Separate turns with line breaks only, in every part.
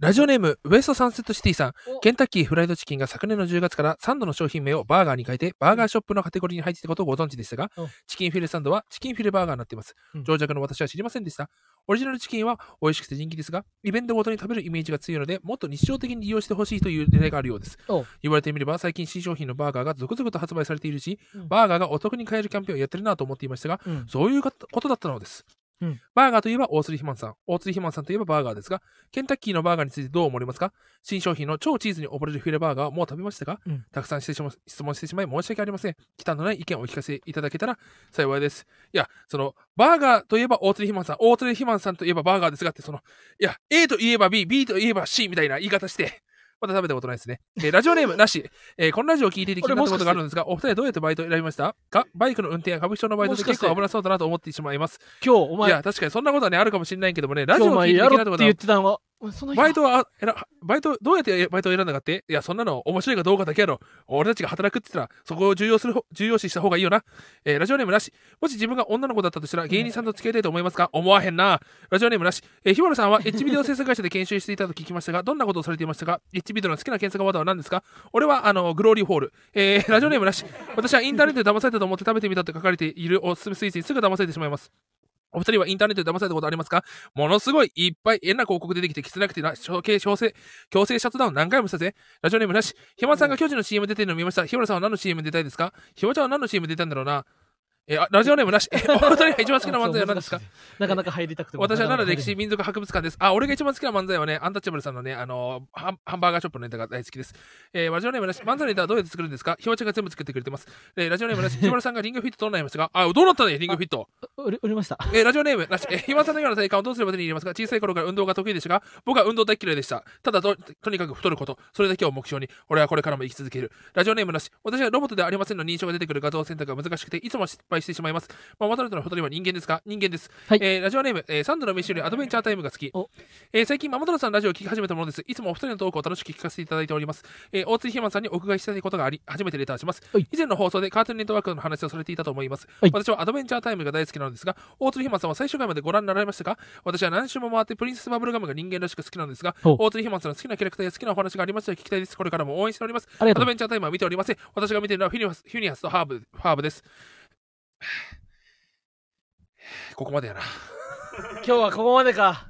ラジオネーム、ウエストサンセットシティさん
お、
ケンタッキーフライドチキンが昨年の10月からサンドの商品名をバーガーに変えて、バーガーショップのカテゴリーに入っていたことをご存知でしたが
うん、
チキンフィレサンドはチキンフィレバーガーになっています
うん。
情弱の私は知りませんでした。オリジナルチキンは美味しくて人気ですが、イベントごとに食べるイメージが強いので、もっと日常的に利用してほしいという狙いがあるようです
お。
言われてみれば、最近新商品のバーガーが続々と発売されているし
うん、
バーガーがお得に買えるキャンペーンをやってるなと思っていましたが、
うん
そういうことだったのです。
うん
バーガーといえば大鶴ひまんさん、大鶴ひまんさんといえばバーガーですが、ケンタッキーのバーガーについてどう思われますか新商品の超チーズに溺れるフィレバーガーをもう食べましたか、
うん
たくさんしてしま質問してしまい申し訳ありません。忌憚のない意見をお聞かせいただけたら幸いです。いや、その、バーガーといえば大鶴ひまんさん、大鶴ひまんさんといえばバーガーですがって、その、いや、A といえば B、B といえば C みたいな言い方して、まだ食べたことないですね。えーラジオネームなし、えーこのラジオを聞いていて気になったことがあるんですが、お二人はどうやってバイトを選びましたかバイクの運転や歌舞伎町のバイトで結構危なそうだなと思ってしまいます。
今日、お
い
前、
や、確かにそんなことはね、あるかもしれないけどもね、ラ
今
ジ
日
オ
お
を聞いて
前や
気に
ろ
なったこと
うって言
は
っ、てたのは、お前その日
バイトは、あえらバイト、どうやってバイトを選んだかっていや、そんなの面白いかどうかだけやろ。俺たちが働くって言ったら、そこを重要する方、重要視した方がいいよな。えーラジオネームなし。もし自分が女の子だったとしたら、芸人さんと付き合いたいと思いますか思わへんな。ラジオネームなし。えー、日原さんは H ビデオ制作会社で研修していたと聞きましたが、どんなことをされていましたか ?H ビデオの好きな検索ワードは何ですか俺は、あの、グローリーホール。えーラジオネームなし。私はインターネットで騙されたと思って食べてみたと書かれているおすすめスイーツにすぐ騙されてしまいます。お二人はインターネットで騙されたことありますかものすごいいっぱい変な広告出てきて、きつなくてな、処刑、強制、強制シャットダウン何回もしたぜ。ラジオネームなし。ひまさんが巨人の CM 出てるの見ました。ひまさんは何の CM 出たいですかひまちゃんは何の CM 出たんだろうな。えーあラジオネームなし。えお二人が一番好きな漫才は何ですか
なかなか入りたくても
私は奈良歴
な
史
か
民族博物館です。あ、俺が一番好きな漫才はね、アンタッチャブルさんのね、あのーハン、ハンバーガーショップのネタが大好きです。えーラジオネームなし、漫才のネタはどうやって作るんですかひわちゃんが全部作ってくれてます。えーラジオネームなし、ひまるさんがリングフィットどうなりましたかあ、どうなったね、リングフィット。
入れない売れ売れました。
えーラジオネームなし、えー、ひまさんのような体感をどうすれば手に入れますか小さい頃から運動が得意でしたが、僕は運動大嫌いでした。ただと、とにかく太ること、それだけを目標に、俺はこれからも生き続ける。ラジオネームなし、私はロボットではありませんの認証が出てくる画像選択が難しくて、いつも失敗してしまいます。まあ、渡辺の太りは人間ですか人間です。
はい
えーラジオネーム、えーサンドの飯よりアドベンチャータイムが好き
お。
えー最近、ママドラさんのラジオを聞き始めたものです。いつもお二人のトークを楽しく聞かせていただいております。えー大津ひまさんにお伺いしたいことがあり、初めてレターします。
はい
以前の放送でカートゥーンネットワークの話をされていたと思います。
はい
私はアドベンチャータイムが大好きなのですが、大鶴ひまさんは最終回までご覧になられましたか私は何周も回ってプリンセスバブルガムが人間らしく好きなんですが、
ほう
大鶴ひまさんの好きなキャラクターや好きなお話がありましたら聞きたいです。これからも応援しております。
あり
ア
がと
ド
う。
ベンチャータイムは見ておりません。私が見ているのはフィニアスフィニアスとハーブハーブです。 ここまでやな。
今日はここまでか。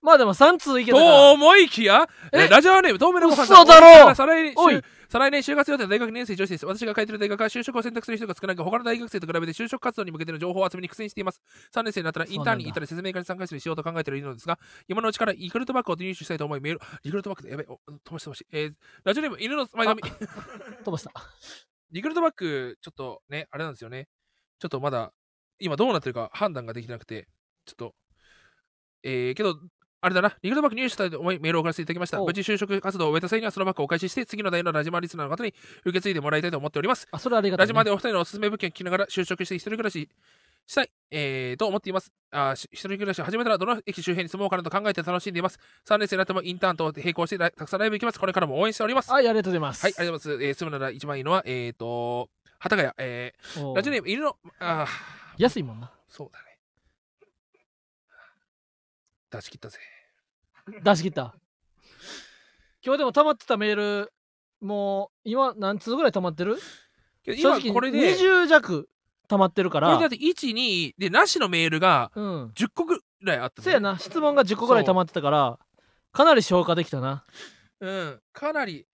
まあでも3通いけたから
と思いきや、
え
ラジオネーム、透明のご飯
嘘だろ
再来
おい
週再来年就活予定の大学2年生女子です。私が通っている大学は就職を選択する人が少なく、他の大学生と比べて就職活動に向けての情報を集めに苦戦しています。3年生になったらインターンに行ったり説明会に参加したりしようと考えているのですが、今のうちからリクルートバッグを入手したいと思い、メール、リクルートバッグでやべえ、お飛ばし飛ばし。えーラジオネーム、犬の前髪。
飛ばした。
リクルートバッグ、ちょっとね、あれなんですよね。ちょっとまだ、今どうなってるか判断ができてなくて、ちょっと、えー、けど、あれだな、リクルートバッグ入手したいと思いメールを送らせていただきました。
おう
無事就職活動を終えた際にはそのバッグをお返しして、次の代のラジマリスナーの方に受け継いでもらいたいと思っております。
あ、それありがとう、
ラジマでお二人のおすすめ物件を聞きながら就職して一人暮らししたい、えーと思っていますあー。し一人暮らしを始めたらどの駅周辺に住もうかなと考えて楽しんでいます。3年生になってもインターンと並行してらたくさんライブ行きます。これからも応援しております。
はい、ありがとうございます。
はい、ありがとうございます。えー、住むなら一番いいのは、えっ、ー、と、幡ヶ谷、え
お
ー、
う
ラジオネーム、犬の、ああ、
安いもんな。
そうだね。出し切ったぜ。
出し切った。今日でも溜まってたメール、もう今何通ぐらい溜まってる
けど
正
今
直
これで、こ
20弱溜まってるか
れ
ら
だっ。て1、2で、なしのメールが
うん。
10個ぐらいあった、ね。
そうや。な、質問が10個ぐらい溜まってたから、かなり消化できたな。
うん、かなり。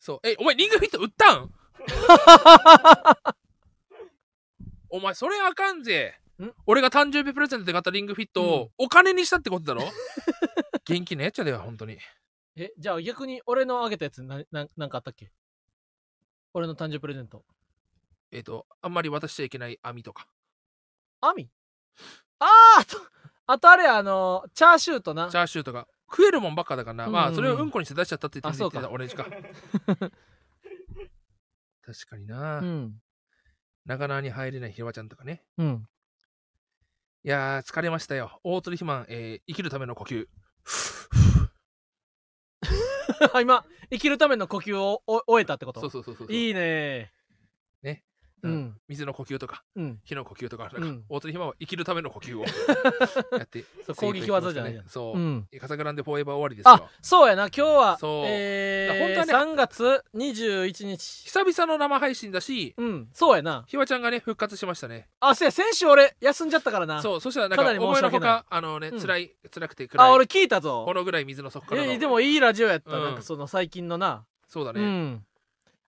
そう。え、お前、リングフィット売った んお前、それあかんぜ
ん。
俺が誕生日プレゼントで買ったリングフィットをお金にしたってことだろ 元気なやっちゃだよ、本当に。
え、じゃあ逆に俺のあげたやつな、ななんかあったっけ俺の誕生日プレゼント。
えっ、と、あんまり渡しちゃいけない網とか。
アミあーあと、あとあれやあの、チャーシューとな
チ。ャーシューとか食えるもんばっかだからな、
うん
まあそれをうんこにして出しちゃったって言って
あそうか
た俺 しか確かにな、
うん。
長縄に入れないひろわちゃんとかね
うん。
いやー疲れましたよ大鳥肥満、えー生きるための呼吸
今、生きるための呼吸をお終えたってこと
そうそうそうそう
いいね
ね
う
うん
ん。
水の呼吸とか、
うん。
火の呼吸とか、なんか、
うん
大鳥ひまは生きるための呼 吸をやって、
そう 攻撃技じゃない
ね。そうう。
ん。
笠倉んでフォーエバー終わりです
あ
よ。、
そうやな。今日は、
そう
えー、
だから
3月21日。
久々の生配信だし、
うん。そうやな。
ひわちゃんがね、復活しましたね。
あ、せや、先週俺、休んじゃったからな。
そう、そしたらなん
かな
か、
り
思
申
い
し
の
訳
ほ
ない
か、あのね、
うん
辛い、辛くて
あ、
暗
俺
い、
聞いたぞ
こ。のぐらい水の底から
え
の。
でもいいラジオやった、
うん
なんかその最近のな、
そうだ
う
ね。
ん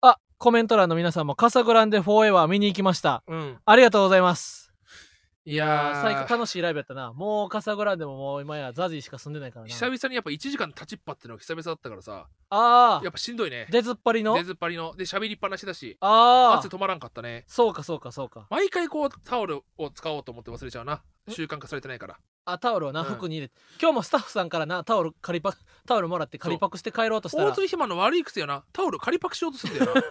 あコメント欄の皆さんも「カサグランデフォーエバー」見に行きました
うん。
ありがとうございます
い
いやー最
や
高
ー、
楽しいライブやったなもうカサグランデももう今やザジーしか住んでないからな
久々にやっぱ1時間立ちっぱってのが久々だったからさ、
あ
や
あ
っぱしんどいね。
出ずっぱりの
出ずっぱりの。で、喋りっぱなしだし、
あ
汗
あ
止まらんかったね。
そうかそうかそうか
毎回こう、タオルを使おうと思って忘れちゃうな。習慣化されてないから。
あタオルをな
うん
服に入れて、今日もスタッフさんからなタオル借りパタオルもらって借りパクして帰ろうとした
大
ら
鶴ひまの悪い癖やな。タオル仮パクしようとするんだよ な。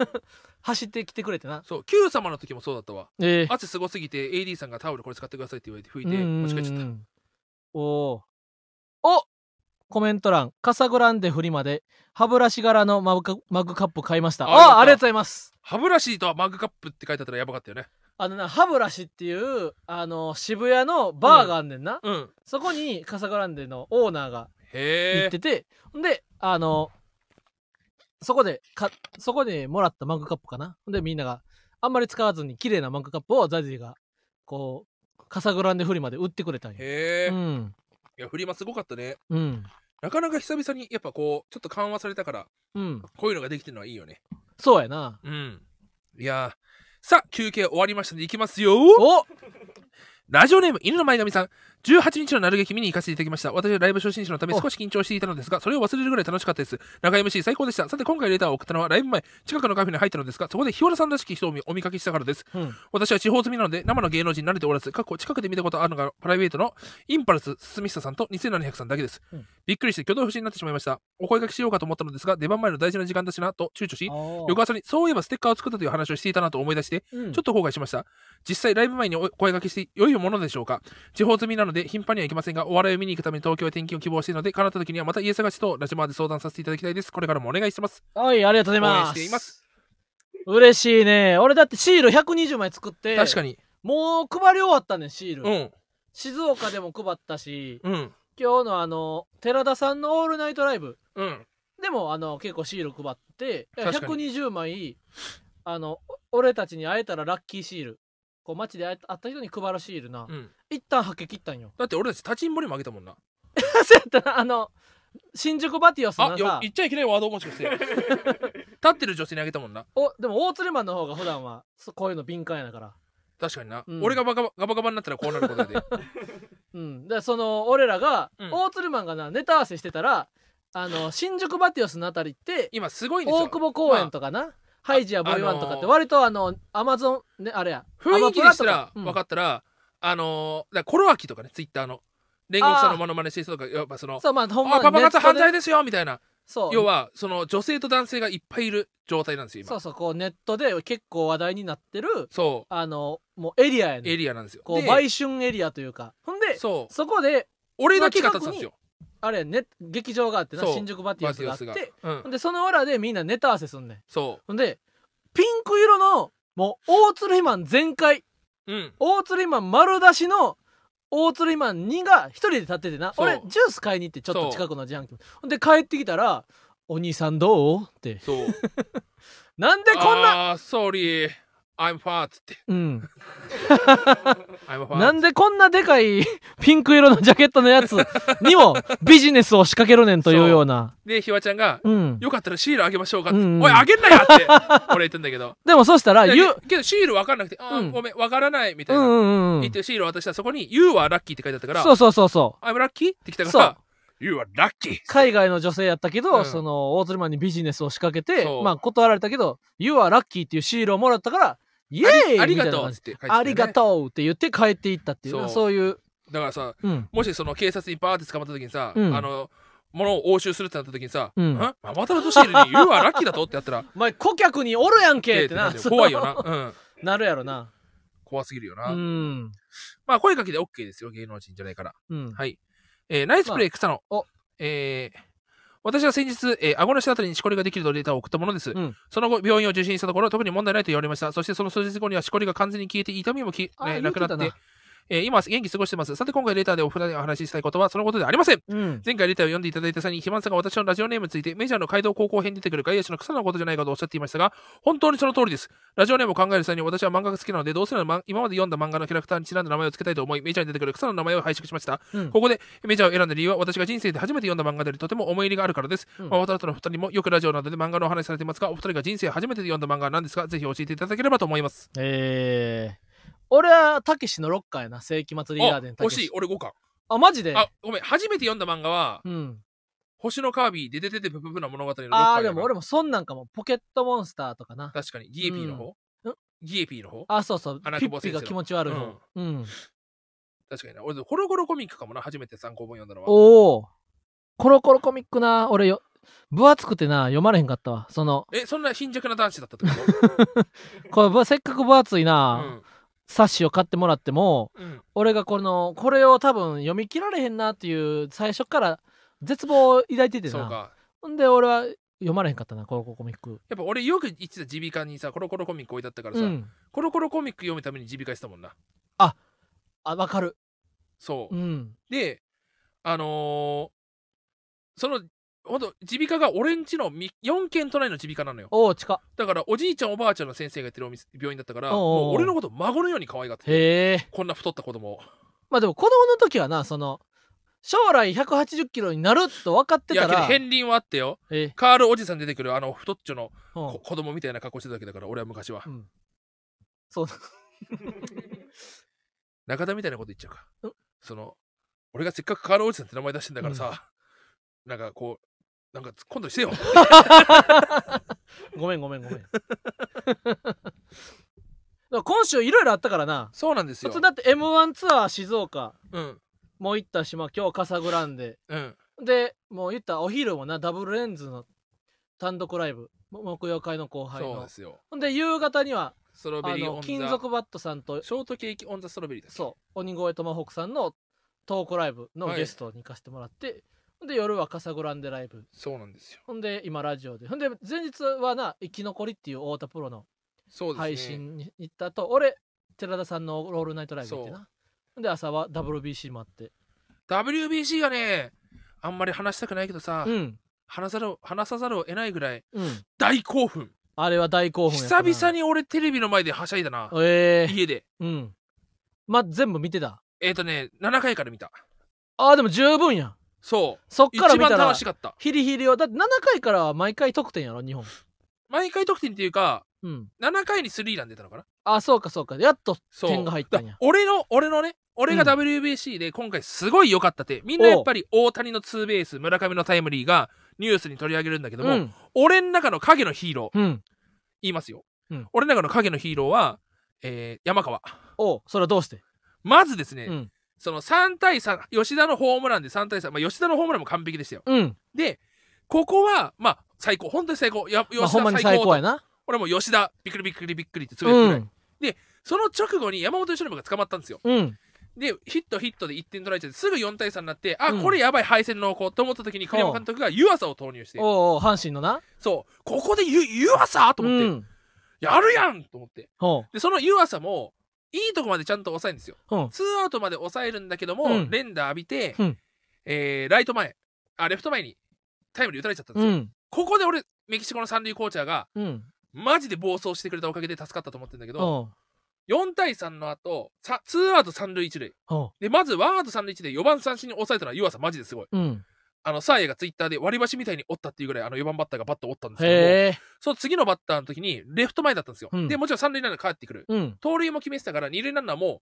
走ってきてくれてな
そう、Q 様の時もそうだったわ。
ええ
汗すごすぎて AD さんがタオルこれ使ってくださいって言われて拭い
うん
て
うん
持ち帰っちゃっ
う
た。
んおーおコメント欄「カサグランデフリマで歯ブラシ柄のマグカマグカップ買いました」ああ
あ
あ
りがと
りがとうございます
歯ブラシとマグカップって書いてあったらやばかったよね。
あのな歯ブラシっていうあの渋谷のバーがあんねんな、
うん。
そこにカサグランデのオーナーが行
へ
って
え。
て、ほんであのそこでかそこでもらったマグカップかなほんでみんながあんまり使わずに綺麗なマグカップをザジーがこうカサグランデフリマで売ってくれたんよ、
へえ。
う
い
ん
や、フリマすごかったね。
うん
なかなか久々にやっぱこう、ちょっと緩和されたから、
うん
こういうのができてるのはいいよね。
そうやな
うん。いやー。さあ、休憩終わりましたので、いきますよ
お
ラジオネーム、犬の前髪さん。18日のなる劇見に行かせていただきました。私はライブ初心者のため
お
少し緊張していたのですが、それを忘れるぐらい楽しかったです。中 MC 最高でした。さて、今回レターを送ったのはライブ前、近くのカフェに入ったのですが、そこで日原さんらしき人をお見かけしたからです。
うん、
私は地方済みなので、生の芸能人に慣れておらず、過去近くで見たことあるのがプライベートのインパルス、スミスタさんと2700さんだけです。
うん
びっくりして挙動不審になってしまいました。お声掛けしようかと思ったのですが、出番前の大事な時間だしな、と躊躇し、
よ
翌朝にそういえばステッカーを作ったという話をしていたなと思い出して、
うん
ちょっと後悔しました。実際、ライブ前にお声掛けして良いものでしょうか地方済みなので頻繁には行きませんが、お笑いを見に行くために東京へ転勤を希望しているので、叶った時にはまた家探しとラジマで相談させていただきたいです。これからもお願いします。
はい、ありがとうございます。
応援しています
嬉しいね。俺だってシール120枚作って、
確かに。
もう配り終わったね、シール。
うん。
静岡でも配ったし、
うん。
今日のあの、寺田さんのオールナイトライブ
うん。
でも、あの、結構シール配って、
確かに
120枚、あの、お俺たちに会えたらラッキーシール。こう街で会え会った人に配るシールな。
うん。
一旦はけ切ったんよ。
だって俺たち立ちんぼにもあげたもんな。
そうやったな、あの、新宿バティオス
あ
の、
よ
さ、
言っちゃいけないワードもしか して。立ってる女性にあげたもんな。
お、でも大鶴マンの方が普段は、そこういうの敏感やだから。
確かにな。
うん
俺がバカバガバガバになったらこうなることで。
うん、でその俺らが、
うん
大鶴マンがなネタ合わせしてたら あの新宿バティオスのあたりって
今すごいんですよ。
大久保公園とかな、ハイジやボイワンとかって
あ
割とあのアマゾンねあれや
雰囲気でしたら
アマプラとかうん
分かったら、あのー、だからコロアキとかね、ツイッターの。煉獄さんのモノマネしてる人とか、やっぱその、
そうまあほんま
あ、パパ活犯罪
で
ですよみたいな。
そう
要は、その女性と男性がいっぱいいる状態なんですよ、
そ
今。
うそうこうネットで結構話題になってる
そ
あのもうエリアや
う。エ
ね
リアなんですよ。
こう
で
売春エリアというかほんでそ
そう。
こで
俺だけが立ってたんですよ。
あれやね劇場があってな
そう
新宿バティ
バ
オス
ティ
があ
オ
っ
スが。
て
う
ほ
ん。
んでその裏でみんなネタ合わせすんねん
そ
ほんでピンク色のもう大鶴肥満全開
う。うん。
大釣りマン丸出しの大釣りマン2が一人で立っててな
そう
俺ジュース買いに行ってちょっ
そ
と
う
近くの自販機ほんで帰ってきたら「お兄さんどう?」って
そう。
なんで こんな、
あー、sorry. I'm fat って。
うん、
I'm fat.
なんでこんなでかいピンク色のジャケット のやつにもビジネスを仕掛けるねんというような
で、ひわちゃんが、
うん
よかったらシールあげましょうかって。
うんうん
おい、あげんなよって 俺言ったんだけど。
でもそしたら「
いや
ゆう
けどシール分かんなくて、あー、
うん
ごめん、分からないみ」た
う
い
ん
な。
うんうんう
言っ
ん
てシールを渡したらそこに「You are lucky」って書いてあったから
そうそうそうそ
「I'm lucky」って来た
う
か
そう
ら「You are lucky」
海外の女性やったけど、
うん
その大鶴マンにビジネスを仕掛けて
そう
まあ断られたけど「You are lucky」っていうシールをもらったから「イエーイ!」
あり
み
が
たいな
とう
感
っ
じ
つって書いてたよね
ありがとうって言って帰っていったっていうな
そう
そういう、
だからさ
うん、
もしその警察にバーって捕まった時にさ、
うん
あの物を押収するってなった時にさ「
うん
んママタルトシールに You are lucky だと?」ってやったら
お前顧客におるやんけって
えー
な
ってるよ怖いよな、 うん、
そうなるやろな
怖すぎるよ
う
な、
ん
まあ声かけで OK ですよ芸能人じゃないから
うん
はい、えーナイスプレイ草野、
お
えー私は先日、えー顎の下あたりにしこりができるとデータを送ったものです、
うん
その後、病院を受診したところ、特に問題ないと言われました。そして、その数日後にはしこりが完全に消えて、痛みもき、
あ
ね
ー
なくなっ
言っててた、
えー今は元気過ごしてます。さて、今回レーターでお二人にお話ししたいことは、そのことではありません。
うん。
前回レターを読んでいただいた際に、肥満さんが私のラジオネームについて、メジャーの街道高校編に出てくる外野手の草のことじゃないかとおっしゃっていましたが、本当にその通りです。ラジオネームを考える際に、私は漫画が好きなので、どうせなら漫今まで読んだ漫画のキャラクターにちなんだ名前を付けたいと思い、メジャーに出てくる草の名前を拝借しました。
うん
ここでメジャーを選んだ理由は、私が人生で初めて読んだ漫画であり、とても思い入れがあるからです。
うん
まあ、渡辺のお二人もよくラジオなどで漫画のお話しされていますが、お二人が人生初めて読んだ漫画なんですが、ぜひ教えていただければと思います。
えー、俺はたけしのロッカーやな、世紀末リーダーデン
あ
た
惜
け
しい、俺5巻。
あ、マジで
あ、ごめん、初めて読んだ漫画は、
うん。
星のカービィ、デデデデプププな物語の6巻。
ああ、でも俺もそんなんかも、ポケットモンスターとかな。
確かに。ギエピーの方、
うん
ギエピーの方
あ、そうそう。ピ
花久
ッ
保
ピ
先生の
が気持ち悪いの。うん。
確かにな。俺、ホロゴロコミックかもな、初めて参考本読んだのは。
おお。コロコロコミックな、俺よ、分厚くてな、読まれへんかったわ。その、
え、そんな貧弱な男子だったってこと
これぶせっかく分厚いうな、
ん。
冊子を買ってもらっても、
うん。
俺がこの、これを多分読み切られへんなっていう、最初から絶望を抱いてて
そう
な。
か。
んで俺は読まれへんかったな、コロコロコミック。
やっぱ俺よく言ってた耳鼻科にさ、コロコロコミック置いてあったから
う
さ、
ん。
コロコロコミック読むために耳鼻科したもんな。
あ、わかる。
そう。
うん。
で、あのーその、ほんと、耳鼻科が俺んちのみ4軒隣の耳鼻科なのよ。
おお、近っ。
だから、おじいちゃんおばあちゃんの先生がやってるお店病院だったから、
おうおうおう
もう俺のこと孫のように可愛がってて
へえ。
こんな太った子供を。
まあでも子供の時はな、その、将来180キロになると分かって
い
た
や、けど
ら、
片鱗はあってよ。
え
カールおじさん出てくるあの太っちょの
えうん
こ子供みたいな格好してたわけだから俺は昔は
うんそうだ。
中田みたいなこと言っちゃうか
うん
その俺がせっかくカールおじさんって名前出してんだからさ、なんかこうなんか突っ込んだり してよ
ごめんごめんごめん。 だから今週いろいろあったからな。
そうなんです
普
よ
通だって M1 ツアー静岡
うん
も行ったし、まあ今日カサグランデ。
うん
で、もう言ったらお昼もな、ダブルレンズの単独ライブ。も木曜会の後輩
そう
の
で。すよ
ほんで、夕方には、
ストロベ
あ
リーオ
の、
ンザ
金属バットさんと、
ショートケーキオンザストロベリーです
そう、鬼越トマホークさんのトークライブの
はい
ゲストに行かせてもらって、ほんで、夜はカサグランデライブ。
そうなんですよ
ほんで、今ラジオで。ほんで、前日はな、生き残りっていう太田プロの
そうですね
配信に行った後、俺寺田さんのロールナイトライブ行ってなで朝は WBC もあって
WBC がねあんまり話したくないけどさ、
うん
話さざる話さざるを得ないぐらい
うん
大興奮
あれは大興奮やった
久々
な
に俺テレビの前ではしゃいだな
ええ
家で
うんまあ全部見てた
えっ、とね7回から見た
ああでも十分やん
そう
そっから
一
見
番
たら
楽しかった
ヒリヒリをだって7回からは毎回得点やろ日本
毎回得点っていうか
うん
7回にスリーラン出たのかな
あそうかそうかやっと
そう
点が入ったんや
だ俺の俺のね俺が
うん
WBC で今回すごい良かったって、みんなやっぱり大谷のツーベース村上のタイムリーがニュースに取り上げるんだけど
う
も、
ん
俺の中の影のヒーロー
うん
言いますよ、
うん
俺の中の影のヒーローは、えー山川
おうそれはどうして
まずですね、
うん
その3対3吉田のホームランで3対3、まあ、吉田のホームランも完璧でしたよ
うん
でここはまあ最高本当に最高や吉
まあ
田
ほんまに最
と
高やな
俺も吉田びっくりびっくりびっくりってつぶやくぐ
う
らい、
ん
その直後に山本由伸が捕まったんですよ
うん
でヒットヒットで1点取られちゃってすぐ4対3になってあ、
うん
これやばい敗戦濃厚と思った時に栗山監督が湯浅を投入して
おうおう阪神のな
そうここで湯湯浅と思って、
うん
やるやんと思って
ほ
でその湯浅もいいとこまでちゃんと抑えるんですよ
ううん
ツーアウトまで抑えるんだけども、
うん
連打浴びて、
うん
えーライト前あレフト前にタイムリー打たれちゃったんです
う
よ、
ん
ここで俺メキシコの三塁コーチャーが
うん
マジで暴走してくれたおかげで助かったと思ってるんだけど、
おう
4対3の後さツーアウト三塁一塁
おう
で、まずワンアウト三塁一で4番三振に抑えたのは湯浅マジですごい。
うん
あの、サーヤがツイッターで割り箸みたいに折ったっていうぐらい、あの4番バッターがバット折ったんですけど、
へえ。
その次のバッターの時にレフト前だったんですよ。
うん
で、もちろん三塁ランナー帰ってくる。
うん。
盗塁も決めてたから、二塁ランナーも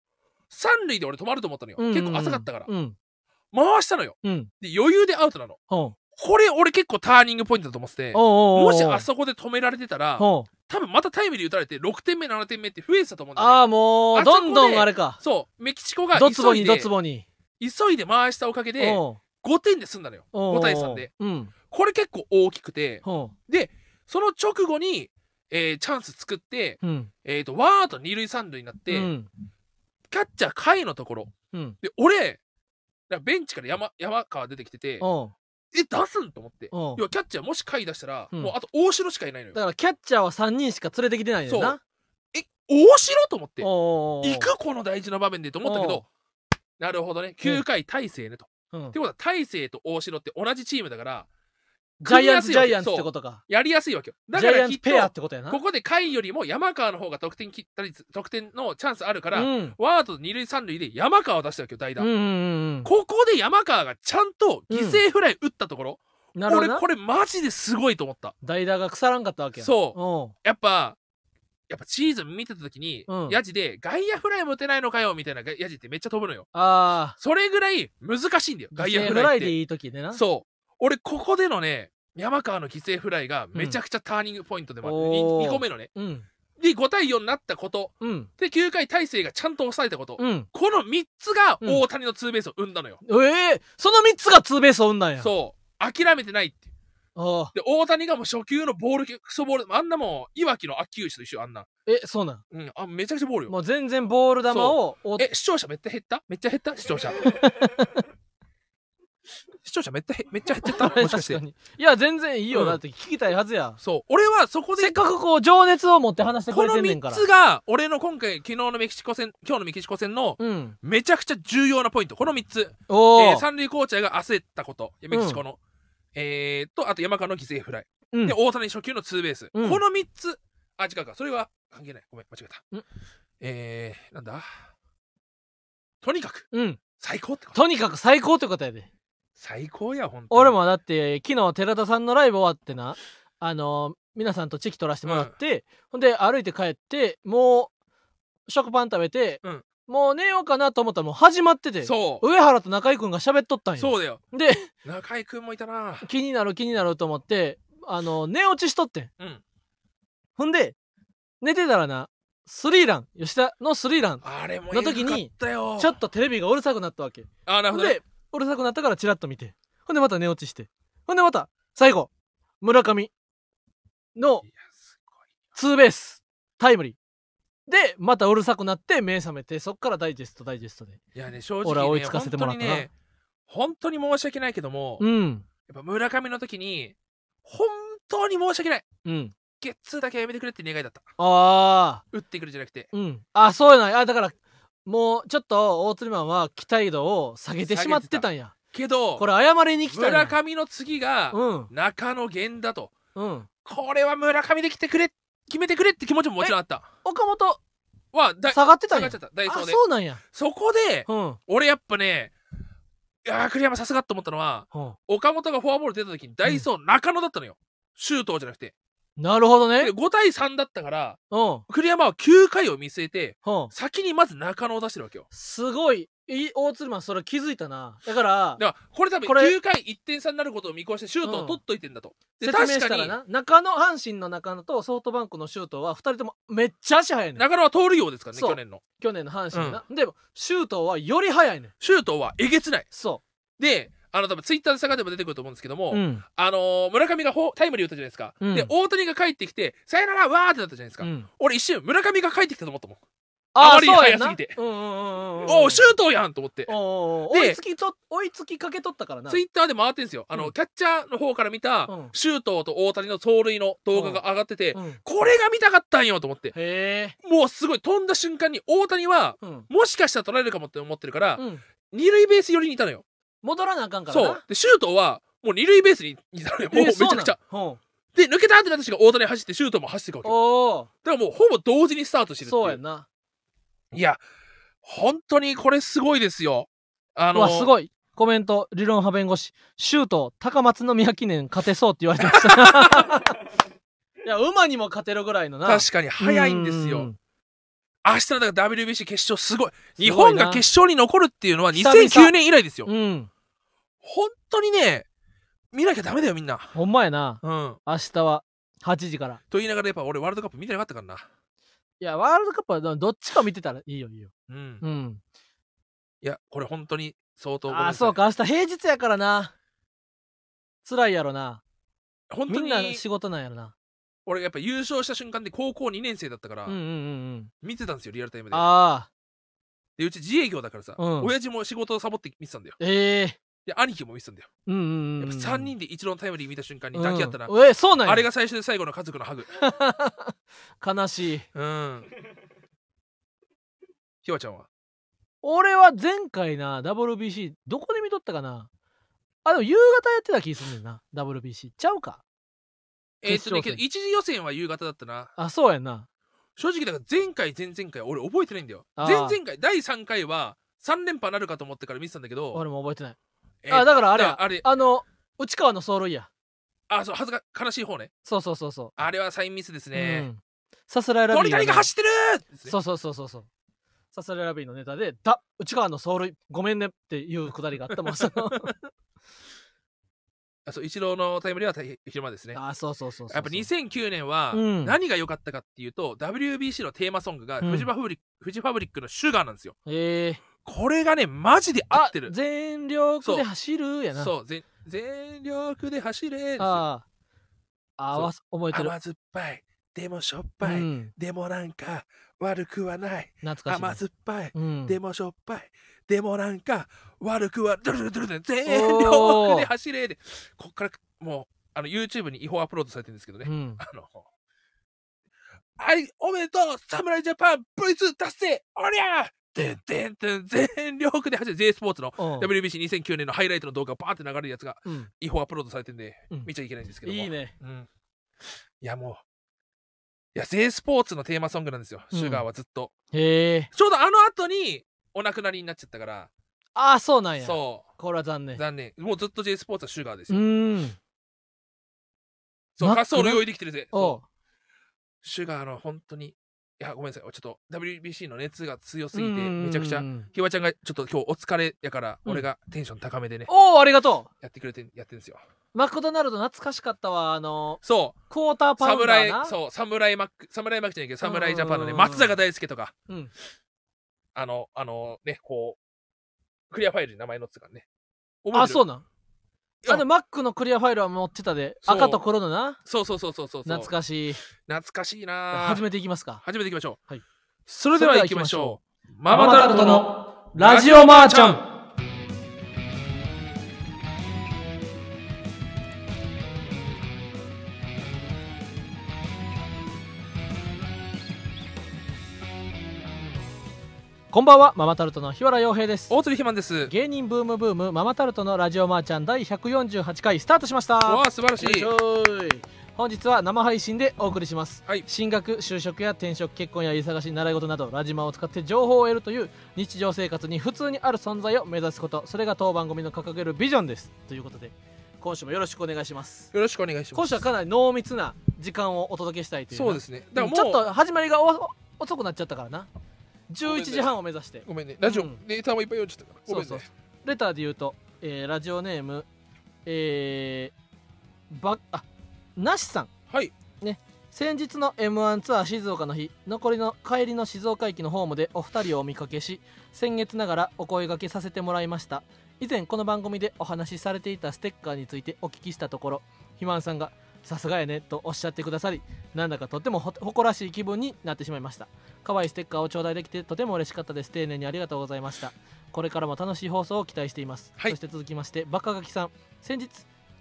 三塁で俺止まると思ったのよ。結構浅かったから。
うん。
回したのよ。
うん。
で、余裕でアウトなの。
ほう。
これ俺結構ターニングポイントだと思ってて、
おうおうお
も
う
しあそこで止められてたら、
ほう。
多分またタイムリー打たれて6点目、7点目って増えてたと思うんだよ、
あ
ね。
あ、も
あ
う、
そこ
ど
で
んどんあれか。
そう、メキシコが
どつぼ
急い
にど
で
つぼに。
急いで回したおかげで、
おう
5点で済んだのよ。
お
5
う
対3で。
うん。
これ結構大きくて、
ほ
その直後に、えーチャンス作って、
う。うん。
えー、とワーッと二塁三塁になって、
うん。
キャッチャー甲斐のところ
うん。
で俺だからベンチから山山川出てきてて
おう
え出すんと思って
うん
要はキャッチャーもし回出したら、
うん
もうあと大城しかいないのよ
だからキャッチャーは3人しか連れてきてないねんな。
え大城と思って
おうおうおう
行くこの大事な場面でと思ったけどなるほどね9回大勢ねと、
うん
ってことは大勢と大城って同じチームだから
ジャイアンツ、
組み
ジ
や
ャ
すいわけ
イアンツってことか。
やりやすいわけよだ
ジ
か
ャイ
ら
ア
き
ン
っ
ツペアっ
と
てことやな。
ここで回よりも山川の方が得点切ったり得点のチャンスあるから、
うん。
ワード二塁三塁で山川を出したわけよ代打、
うんうんうん
ここで山川がちゃんと犠牲フライ打ったところ、
うん。なるほど
俺
な
こ。れマジですごいと思った
代打が腐らんかったわけや。
そう
お
やっぱやっぱシーズン見てた時に、
うん
ヤジで外野フライも打てないのかよみたいなヤジってめっちゃ飛ぶのよ
うあ
それぐらい難しいんだよ
あ。
外野
犠牲
フ
フ
ラ
ラ
イ
イ
っ
で
て
いい時でな。
そう俺ここでのね山川の犠牲フライがめちゃくちゃターニングポイントでもある、
うん
に
おー
2, 個目のね
うん。
で5対4になったこと
うん。
で9回大勢がちゃんと抑えたこと、
うん。
この3つが
うん
大谷のツーベースを生んだのよ、
ええその3つがツーベースを生んだんや。
そう諦めてないっていう
ああ
で、大谷がもう初級のボール系、クソボール、あんなもん、いわきの秋吉と一緒よ、あんな。
え、そうなん。
うん、あ、めちゃくちゃボールよ。
もう全然ボール球を追って
え、視聴者めっちゃ減っためっちゃ減った視聴者。 視聴者めっちゃへ、めっちゃ減っちゃったもしかし て。
確かにいや、全然いいよ。
うん
だって聞きたいはずや。
そう、俺はそこで、
せっかくこう、情熱を持って話してく
こ
れ
の
てんねんか
3
ら。
つが、俺の今回、昨日のメキシコ戦、今日のメキシコ戦の、
うん。
めちゃくちゃ重要なポイント。この3つ。え
おお、
ー三塁コーチャーが焦ったこと、メキシコの。えーっと、あと山川の犠牲フライ。
うん
で、大谷初球のツーベース。
うん
この3つ。あ、違うか。それは関係ない。ごめん、間違え
ん
た。えー、なんだとにかく、
うん。
最高ってこと。
とにかく最高ってことやで。
最高や、ほんとに
俺。もだって、昨日、寺田さんのライブ終わってな、あのー皆さんとチェキ取らせてもらって、ほんで、歩いて帰って、もう、食パン食べて、
うん
もう寝ようかなと思ったら、もう始まってて、
そ
上原と中居君が喋っとったん
う。
よ。
そうだよ。
で、
中居君もいたな。
気になる気になると思って、あのー寝落ちしとってん。
うん。
ほんで、寝てたらな、スリーラン、吉田のスリーラン、
あれも
の時に
えぐかったよ。
ちょっとテレビがうるさくなったわけ。
あ、なる
ほん
ほどね。
で、うるさくなったからチラッと見て。ほんでまた寝落ちして。ほんでまた、最後、村上の
いやすごい
ツーベース、タイムリー。で、またうるさくなって目覚めて、そっからダイジェスト、ダイジェストで。
いやね、正
俺は
直
追
ね、
いつかせてもらったな
本当にね、本当に申し訳ないけども、や
うん。
っぱ村上の時に、本当に申し訳ない。
うん。
ゲッツーだけやめてくれって願いだった。
ああ、
打ってくるじゃなくて。
うん。あ、そうやない。あ、だから、もうちょっと大鶴マンは期待度を下げてしまってたんや。
けど、
これ謝りに来たんや
村上の次が
うん。
中野源だと、
うん。
これは村上で来てくれ決めてくれって気持ちももちろんあった
岡本、
はだ
下がってた
下
ん
がっ
や
ちゃっ。たダイソー
あ
で
そうなんや。
そこで
うん。
俺やっぱねいやー栗山さすがと思ったのは
うん
岡本がフォアボール出た時にダイソー中野だったのよ、周東じゃなくて
なるほどね
で。5対3だったから
うん。
栗山は9回を見据えて
うん。
先にまず中野を出してるわけよ
すごい。い大鶴マン、それ気づいたな。だから、
だからこれ多分
これ
9回1点差になることを見越してシュートを取っといてんだと、で
説明
確
した
からに
な。中野、阪神の中野とソフトバンクのシュートは、二人ともめっちゃ足速いねん。
中野は盗塁王ですからね
そう
去年の
去年の阪神な。でも、シュートはより速いねん。
シュートはえげつない
そ
で、あの多分ツイッターで探でも出てくると思うんですけども、
う。ん。
あのー村上がホータイムリー打ったじゃないですか、
うん
で大谷が帰ってきて「さよならわー!」ってなったじゃないですか、
うん、
俺一瞬村上が帰ってきたと思ったもん、
あ
あ
あ、
ま
そ
り
うや
速
な。
すぎて
うんうんうんうん。
おおシュートやんと思って
おうおうおう
で
追いつきと、追いつきかけとったからな。
ツイッターで回ってんですよあの、
うん
キャッチャーの方から見た、
うん
シュートと大谷の走塁の動画が上がってて、
うん、
これが見たかったんよと思って
へえ。
もうすごい飛んだ瞬間に大谷は
うん。
もしかしたら取られるかもって思ってるから、
うん。
二塁ベース寄りにいたのよ
戻らなあかんからな。
そうでシュートはもう二塁ベースにいたの よもうめちゃくちゃ、
えーそうなんうん
で抜けたってなった瞬間大谷走ってシュートも走っていくわけよ
おお。
だからもうほぼ同時にスタートしてるっていう
そうやんな。
いや本当にこれすごいですよあ
う
の
わすごいコメント理論派弁護士シュート高松宮記念勝てそうって言われてました いや馬にも勝てるぐらいのな
確かに早いんです
う
よ
ん
明日のだから WBC 決勝すごい
ごいな
日本が決勝に残るっていうのは
久々
2009年以来ですよ
うん
本当にね見なきゃダメだよみんな
ほんまやな
うん
明日は8時から
と言いながらやっぱ俺ワールドカップ見てなかったからない
やワールドカップはどどっちか見てたらいいよいいよ
うん
うん
いやこれ本当に相当ごめん
あ
な
あ
さい
そうか明日平日やからな辛いやろな
本
み
当
ん
に
な仕事なんやろな
俺やっぱ優勝した瞬間で高校2年生だったから
うんうんうんうん
見てたんですよリアルタイムで
ああ
でうち自営業だからさ
うん
親父も仕事をサボって見てたんだよ
ええ
で兄貴も見せたんだよ、
うんうんうん。
やっぱ3人で一郎のタイムリー見た瞬間に抱き合ったら、
うんえ、そうなんや。
あれが最初で最後の家族のハグ
悲しい。
うんひわちゃんは
俺は前回な、WBC、どこで見とったかなあ、でも夕方やってた気すんねんな、WBC。ちゃうか。
えーっとね
決
けど
勝戦
一次予選は夕方だったな
あ、そうやんな。
正直だから前回前々回俺覚えてないんだよ
あ
前
ー
々回第3回は3連覇なるかと思ってから見てたんだけど
俺も覚えてない。
えー
あ、だからあれや
だからあれ
あの、内川の走塁や。
あそう恥ずか悲しい方ね
そうそうそうそ
あれはサインミスです
う。
ね、
うん。さすらいラビー。
鳥谷が走ってるですね
そうそうそうそうそう。サスライラビーのネタで、だ内川の走塁、ごめんねっていうくだりがあ ったもん。その
あそう一郎のタイムリーは大昼間ですね
あ、そうそうそうそう。
やっぱ2009年は
うん
何が良かったかっていうと、WBC のテーマソングが
うん
フジファブリック、フジファブリックの「シュガーなんですよ
えー、
これがねマジで合ってる
全力で走るやな。
そう全全力で走れですよ
ああ。あ
そう
わす覚えてる。
甘酸っぱいでもしょっ
う
ぱい、
ん。
でもなんか悪くはない
懐かしいな。
甘酸っぱい、
うん。
でもしょっぱいでもなんか悪くはドゥルドゥルドゥル全
お
力
ー
で走れでこっからもうあの YouTube に違法アップロードされてるんですけどね、
うん。
あの、はい、おめでとう、侍ジャパン、V2 達成、おりゃーてんてんてん、全力で走る J スポーツの
うん
WBC2009 年のハイライトの動画がバーって流れるやつが
うん
違法アップロードされてるんで、
うん
見ちゃいけないんですけども。
いいね。
うん。いや、もう。いや、J スポーツのテーマソングなんですよ、シュガーはずっと。
へえ。
ちょうどあの後に、お亡くなりになっちゃったから、
ああ、そうなんや。
そ
これは残
う、
念。
残念。もうずっと J スポーツはシュガーです
う
よ。
ーん。
そう、滑
な
走路用意できてるぜ。そう
おう。
シュガーの本当に、いや、ごめんなさい、ちょっと WBC の熱が強すぎて、
うんうんうんうん
めちゃくちゃ、ひわちゃんがちょっと今日お疲れやから、
うん
俺がテンション高めでね、
おお、ありがと
やってくれて、やってるんですよ。
う。マクドナルド懐かしかったわ。あの、
そ
クォーター
う、
パウンダー
侍
な。、
そう、侍マック、侍マックじゃないけど、侍ジャパンのね、
うん
松坂大輔とか、
うん
あの、あのね、こう、クリアファイルに名前載ってたからね。
あ、そう
う
なん。
いや
あの、マックのクリアファイルは持ってたで。
そう
赤と黒のな。
そうそうそうそうそう。
懐かしい。
懐かしいなぁ
始めていきますか。
始めていきましょう。
はい
それでは行きましょう。ママタルトの
のラジオマーちゃん。こんばんは、ママタルトの日原洋平です。
大鳥ひまんです。
芸人ブームブームママタルトのラジオマーちゃん第148回スタートしました。
わあ素晴らしい。
よいしょい本日は生配信でお送りします、
はい
進学就職や転職結婚や家探し習い事などラジマを使って情報を得るという日常生活に普通にある存在を目指すことそれが当番組の掲げるビジョンですということで今週もよろしくお願いします
よろしくお願いしま
今
す
週。はかなり濃密な時間をお届けしたいという
そうですすね。
だ
だから
ちょ
も
っ
う
と始まりがお遅くなっちゃったからな11時半を目指して
ごめんね。ラジオ、
うん
データもいっぱい用意してたから。ご
そ
め
うん
ね。
そうレターで言うと、えーラジオネームえー、ばあなしさん
はい。
先日の m 1ツアー静岡の日残りの帰りの静岡駅のホームでお二人をお見かけし先月ながらお声掛けさせてもらいました以前この番組でお話しされていたステッカーについてお聞きしたところひまんさんが「さすがやね」とおっしゃってくださりなんだかとてもほ誇らしい気分になってしまいました可愛いステッカーを頂戴できてとても嬉しかったです丁寧にありがとうございましたこれからも楽しい放送を期待しています、
はい
そして続きましてバカガキさん先日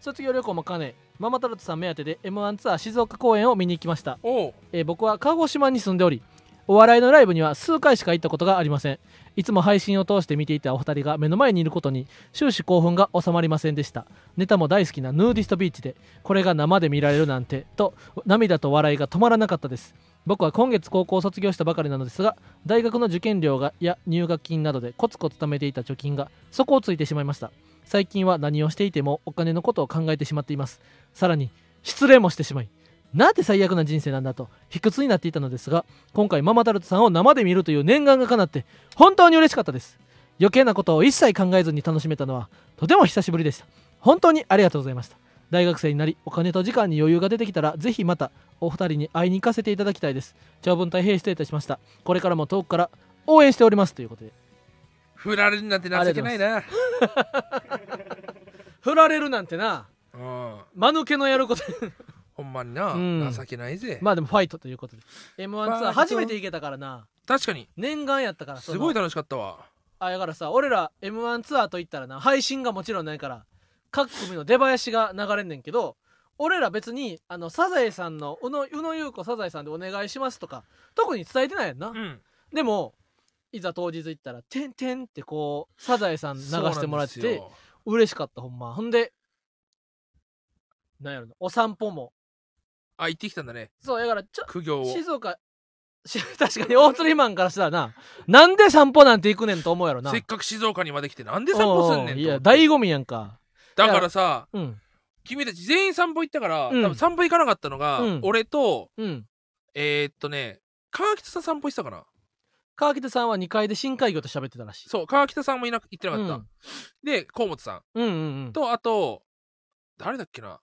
卒業旅行も兼ねママタルトさん目当てで m 1ツアー静岡公演を見に行きました
おう。
えー僕は鹿児島に住んでおりお笑いのライブには数回しか行ったことがありませんいつも配信を通して見ていたお二人が目の前にいることに終始興奮が収まりませんでしたネタも大好きなヌーディストビーチでこれが生で見られるなんてと涙と笑いが止まらなかったです僕は今月高校を卒業したばかりなのですが大学の受験料がいや入学金などでコツコツ貯めていた貯金が底をついてしまいました最近は何をしていてもお金のことを考えてしまっていますさらに失恋もしてしまいなんて最悪な人生なんだと卑屈になっていたのですが今回ママタルトさんを生で見るという念願が叶って本当に嬉しかったです余計なことを一切考えずに楽しめたのはとても久しぶりでした本当にありがとうございました大学生になりお金と時間に余裕が出てきたらぜひまたお二人に会いに行かせていただきたいです長文大変失礼いたしましたこれからも遠くから応援しておりますということで
振られるなんて情けないな。
振られるなんてな
うん。
間抜けのやること
ほんまにな。
うん
情けないぜ。
まあでもファイトということで m 1ツアー初めて行けたからな
確かに、
念願やったからその
すごい楽しかったわ。
あだからさ俺ら m 1ツアーといったらな配信がもちろんないから各組の出囃子が流れんねんけど俺ら別にあのサザエさんの宇野宇野優子サザエさんでお願いしますとか特に伝えてないやんな、
うん、
でもいざ当日行ったら「てんてん」ってこうサザエさん流してもらって
そうなんです
て
よ
嬉しかったほんまほんでなんやろなお散歩も
あ行ってきたんだね
そうだからちょ
苦行を
静岡し 確かに大鶴ひまんからしたらななんで散歩なんて行くねんと思うやろな
せっかく静岡にまで来てなんで散歩すんねんと思っ
おうおう
て
いや醍醐味やんか
だからさ
うん
君たち全員散歩行ったから、
うん
多分散歩行かなかったのが、
うん
俺と
うん
えー、っとね川北さん散歩してたかな
川北さんは2階で深海魚と喋ってたらしい
そう川北さんもいなく行ってなかった、で河本さん
うん、うんうんうん
とあと誰だっけな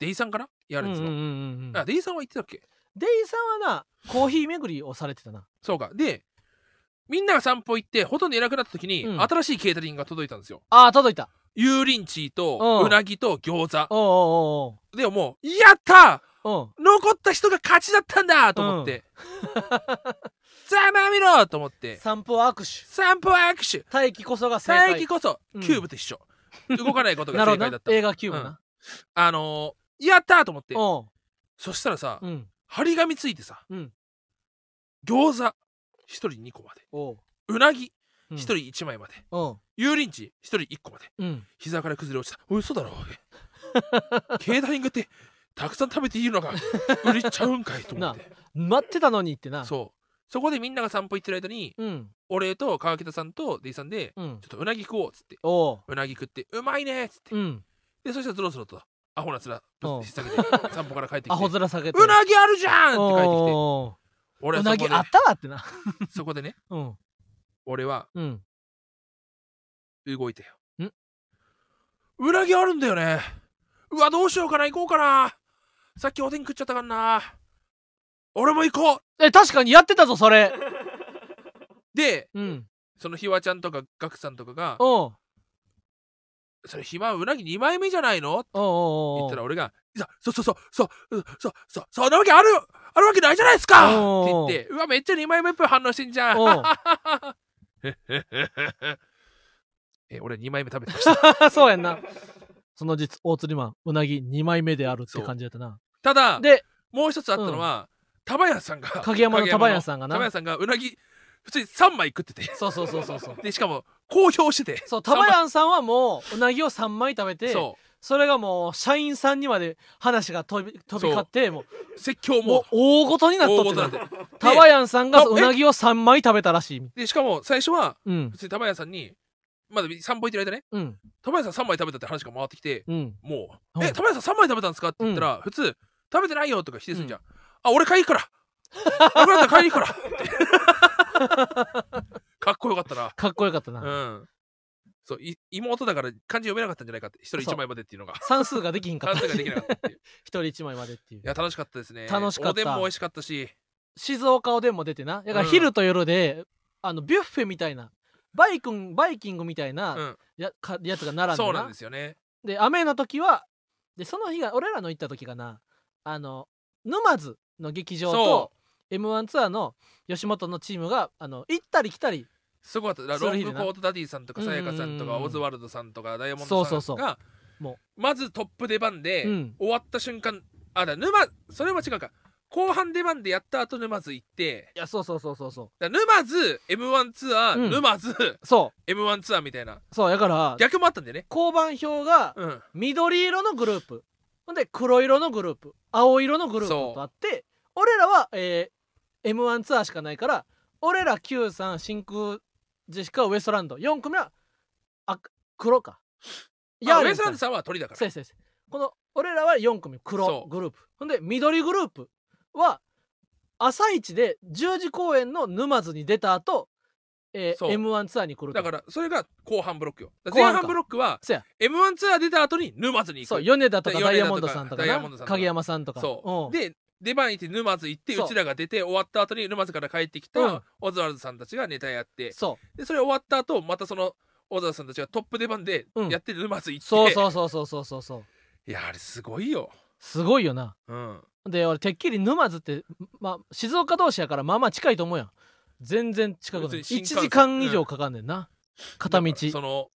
デイさんかなやるんですよ、
うんうんうんうん
あデイさんは行ってたっけ
デイさんはなコーヒー巡りをされてたな
そうかでみんなが散歩行ってほとんどいなくなった時に、
うん
新しいケータリングが届いたんですよ
あー届いた
油淋鶏と
うん
うなぎと餃子
おうおうおう
でもうやった
おううん
残った人が勝ちだったんだと思って、ざまあみろと思って
散歩は握手
散歩は握手
大気こそが正解
最近こそ
うん
キューブと一緒、動かないことが
なる
正解だ
ほど な
った
映画キューブな、
あのー、やったと思って
お
そしたらさ、
ううん
張り紙ついてさ、
うん
餃子一人2個まで
おう
うなぎ
うん
一人1枚まで、
おう
油淋鶏一人1個まで
うん
膝から崩れ落ちたおい嘘だろ おいケータリングってたくさん食べていいのが売れちゃうんかいと思って
待ってたのにってな
そうそこでみんなが散歩行ってる間に
うん
俺と川北さんとデイさんで
うん
ちょっとうなぎ食おうっつって
おう
うなぎ食ってうまいねっつって、
うん
でそしたらゾロゾロとアホな面ぶ
うん
っ下げて散歩から帰って
ア
きて
ホ面下げて
うなぎあるじゃんって帰ってきて
おう
俺
う
は
な
そ
ぎ
こ
あったわってな
でそこでね
うん
俺は
うん
動いてよ
ん
うなぎあるんだよねうわどうしようかな行こうかなさっきおでん食っちゃったからな俺も行こう
え確かにやってたぞそれ
で
うん
そのひわちゃんとかガクさんとかが
おう
「それひまうなぎ2枚目じゃないの?」
おうおう
言
おう
ったら俺が「いやそうそうそうそううんそうそうそんなわけあるあるわけないじゃないですか!」って言
おー
って「うわめっちゃ2枚目っぽい反応してんじゃん!」
おう
え俺2枚目食べてました
そうやんなその実大釣りマンうなぎ2枚目であるって感じやったな
ただ
で
もう一つあったのは、タバヤさんが
影山のタバヤさんがな
タバヤさんがうなぎ普通に3枚食ってて
そうそうそうそうそう
でしかも公表してて
そうタバヤンさんはもううなぎを3枚食べてそ
そ
れがもう社員さんにまで話が飛び飛び交っても
う説教
うもう
も
大ごとになっ
大
と
ご
っ
とな
て
ん
た
で
タバヤンさんが
た
うなぎを3枚食べたらしい
でしかも最初は
うん
普通にタバヤさんにまだ散歩行ってる間ね
うん
タバヤさん3枚食べたって話が回ってきて
うん
もう「
うん
えタバヤさん3枚食べたんですか?」って言ったら、普通「食べてないよ」とか否定するじゃん、あ俺買いに行くからなくなったら買いに行くからってかっこよかったな
かっこよかったな、
うん。そう、い妹だから漢字読めなかったんじゃないかって、一人
そう
一枚までっていうのが、
算数ができひんかっ
完成
た
ができなかったっていう。い
一人一枚までっていう
や、楽しかったですね。
楽しかった
おでんも美味しかったし、
静岡おでんも出てなだから
うん
昼と夜で、あのビュッフェみたいなバイクンバイキングみたいな、
うん
やかやつが並んで
そう
な
なんですよね。
で雨の時はでその日が俺らの行った時がなあの沼津の劇場と
そ
m 1ツアーの吉本のチームがあの行ったり来たり
すごかった。だ
そ
からロン
の日で
グ
な
コートダディさんとか、
うん
さ
うんう
や
ん
かさんとか、オズワルドさんとか、ダイヤモンドさんが、
そうそうそうも
まずトップ出番で、
うん
終わった瞬間、あ、だ沼、それは違うか。後半出番でやった後沼津行って、
いやそうそうそうそうそ
だから沼津、M1 ツアー、
うん
沼津、
うそう
M1 ツアーみたいな。
そうだから
逆もあったんだよね。
交番表が
うん。
緑色のグループほんで黒色のグループ青色のグルー
そう
プとあって俺らは、えー、m 1ツアーしかないから俺ら Q さん真空ジェシカウエストランド4組はあ黒か
い
ヤ
や、
ー
ウ
レ
エ
ン
スト
さ
ラン
ん
ドさんは鳥だから。
そうですそうですこの俺らは4組
そ
黒
う
グループほんで緑グループは朝一で10時公演の沼津に出た後、え
そう
m 1ツアーに来る
だ
と
からそれが後半ブロックよ
後
前
半か
半ブロックは
そうや
m 1ツアー出た後に沼津に行く
そう米田とか
米田とか
ダイヤモンドさんとか
ダイヤ
な
モンドさんとか
影山さんとか
そう
ん
で出番行って沼津行ってう
そう
ちらが出て終わった後に沼津から帰ってき
うん
たオズワルドさんたちがネタやって
そ
でそれ終わった後またそのオズワルドさんたちがトップ出番で
うん
やって沼津行
う
って、
そうそうそうそうそうそうそう
いやあれすごいよ
すごいよな
うん
で俺てっきり沼津って、ま、静岡同士やからまあまあ近いと思うやん全然近くない。
別に新
1
幹線
時間以上かかんねんな。片道
だ。からその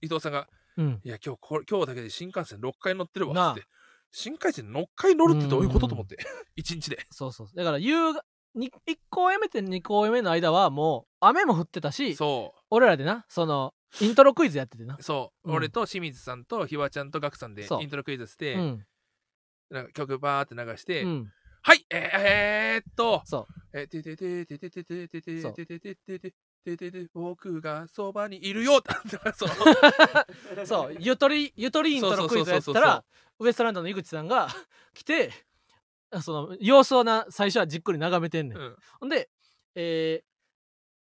伊藤さんが
うん。
「いや今日これ今日だけで新幹線6回乗ってる
な
わ」
あ
っつって新幹線6回乗るってどういうこと
うん
と思 って1日で
そうそう。だから、夕が、1公演目と2公演目の間はもう、雨も降ってたし、
そ
俺らでな、その、イントロクイズやっててな
う。そう、
うん
俺と清水さんとひわちゃんとガクさんで
そう
イントロクイズし
う
て、
ん。
なんか曲バーって流して「
うん。
はいえー、えー、っと
そ
えーててててててててて
そう
てててててててて僕がそばにいるよ」 だからその
う。 そう。ゆとり、ゆとりイントロクイズやっ
そうそうそうそうそ
た
う
ら、ウエストランドの井口さんが 来て、その、様子をな、最初はじっくり眺めてんねん。
うん
ほんで、え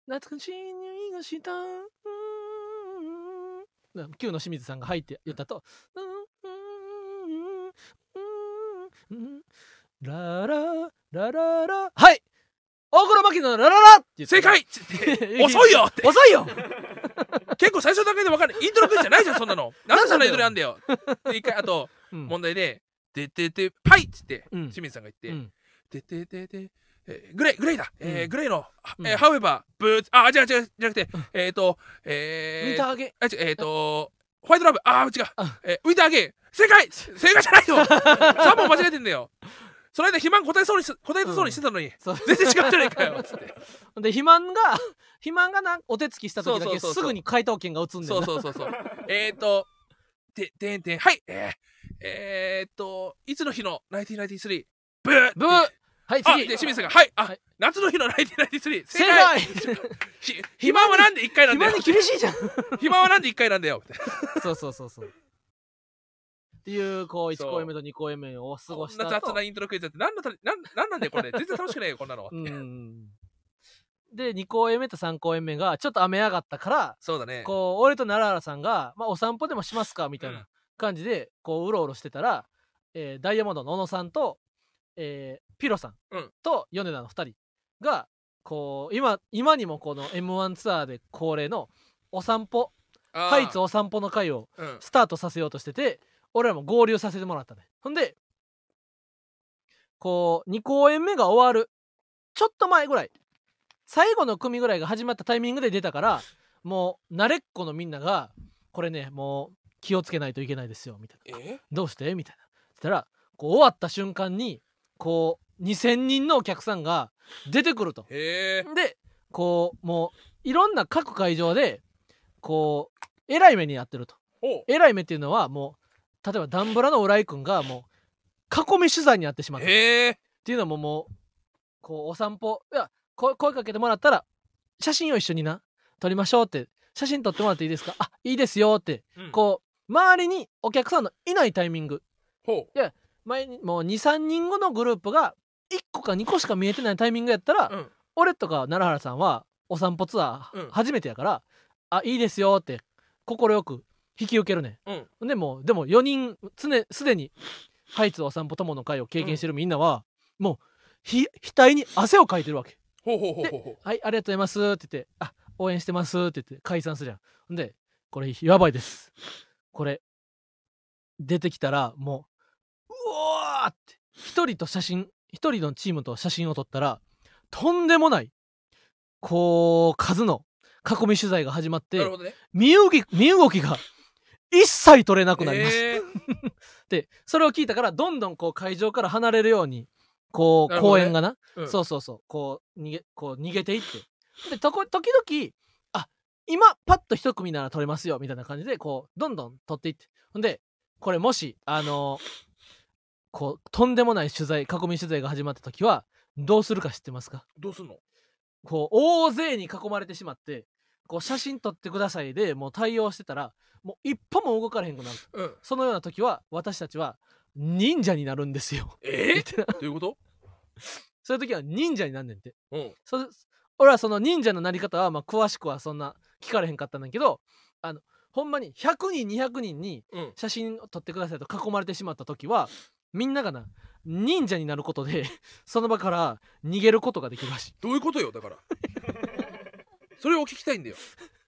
ー、懐かしい匂いがした。うーん。旧の清水さんが入って言ったと、うーんラララララはい大黒摩季のラララって言った
正解っつ って遅いよって
遅 いよ
結構最初の段階で分かんないイントロクイズじゃないじ ゃんそんなのなんでそんなイントロやんだよで一回あと
うん
問題で「てててパイ!」っつって
うん
清水さんが言
う
って
ん
「ててててえーグレイグレイだえ
う
ー
ん
グレイの
うん
えー However ブーツあ違う違うじゃなくてえっと
ウィ
え
ン
ー
ターゲ
あ違うえっとホワイトラブあー違う
あ
えーウィンターゲイ正解正解じゃないよ3 問間違えてんだよその間肥満答えそうにし答えたそうにしてたのに
そう
全然違うじゃないかよつって
で肥満が 肥満がなんお手つきした時だ
そう
け
そうそう
す
そう
ぐに回答権が移んねんな
そうそうそうそう。えっと、て、てんてん、はい、えー、えーっと、いつの日の1993、ブー
ブーはい
あ、
次
で、清水さんが、はい、あ、
はい
夏の日の1993、
正解
ひ暇はなんで1回なんだ
肥
よ
満に厳しいじゃん
暇はなんで1回なんだよ
そうそうそうそうっていうこう1
そう
公演目と2公演目を過
こ
ごし
ん
た
な
と
雑なイントロクイズだって、なんのたなんなんなんだよ、これ。全然楽しくないよ、こんなのは。
うんで2公演目と3公演目がちょっと雨上がったから
そうだね。
こう俺と奈良原さんが、まあ、お散歩でもしますかみたい
うん
な感じでこううろうろしてたら、えーダイヤモンドの小野さんと、えーピロさん
うん
と米田の2人がこう今今にもこの m 1ツアーで恒例のお散歩
あー
ハイツお散歩の会を
うん。
スタートさせようとしてて俺らも合流させてもらったねほんでこう2公演目が終わるちょっと前ぐらい最後の組ぐらいが始まったタイミングで出たからもう慣れっこのみんながこれねもう気をつけないといけないですよみたいな
え
どうしてみたいなそしたらこう終わった瞬間にこう2,000人のお客さんが出てくると
へえ。
でこうもういろんな各会場でこうえらい目にやってると
おう
えらい目っていうのはもう例えばダンブラの浦井君がもう囲み取材になってしまったっ
へえ。
ていうのももうこうお散歩いや声声かけてもらったら写真を一緒にな撮りましょうって写真撮ってもらっていいですかあいいですよって
うん
こう周りにお客さんのいないタイミング
ほ
前にもう23人後のグループが1個か2個しか見えてないタイミングやったら、
う。うん。
俺とか奈良原さんはお散歩ツア
うん
ー初めてやから、あいいですよって快く引き受けるね
うん。
んでもうでも4人常すでにハイツお散歩友の会を経験してるみんなは、もうひ額に汗をかいてるわけ
ほうほうほうほうほう
「はいありがとうございます」って言って「あ応援してます」って言って解散するやんほんでこれやばいですこれ出てきたらもううわーって一人と写真一人のチームと写真を撮ったらとんでもないこう数の囲み取材が始まっ
な
て
るほどね。
身動き身動きが一切取れなくなります、
へえ
でそれを聞いたからどんどんこう会場から離れるようにこ
なる
う
ほど
公
ね
演がな
うん
そうそうそうこう逃げこう逃げていってでとこ時々あ今パッと一組なら撮れますよみたいな感じでこうどんどん撮っていってほんでこれもしあのこうとんでもない取材囲み取材が始まった時はどうするか知ってますか
どうすんの
こう大勢に囲まれてしまってこう写真撮ってくださいでもう対応してたらもう一歩も動かれへんくなる
うん。
そのような時は私たちは忍者になるんですよ
ええどういうこと
そういう時は忍者になんねんて
うん。
そ俺はその忍者のなり方はまあ詳しくはそんな聞かれへんかったんだけどあのほんまに100人200人に
うん。
写真を撮ってくださいと囲まれてしまった時はみんながな忍者になることで その場から逃げることができるらしい
どういうことよだ からそれを聞きたいんだよ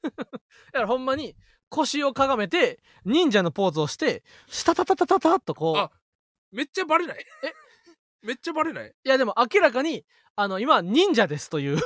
だからほんまに腰をかがめて忍者のポーズをしてしたたたたたたっとこ
あめっちゃバレないめっちゃバレない。
いやでも明らかにあの今忍者ですという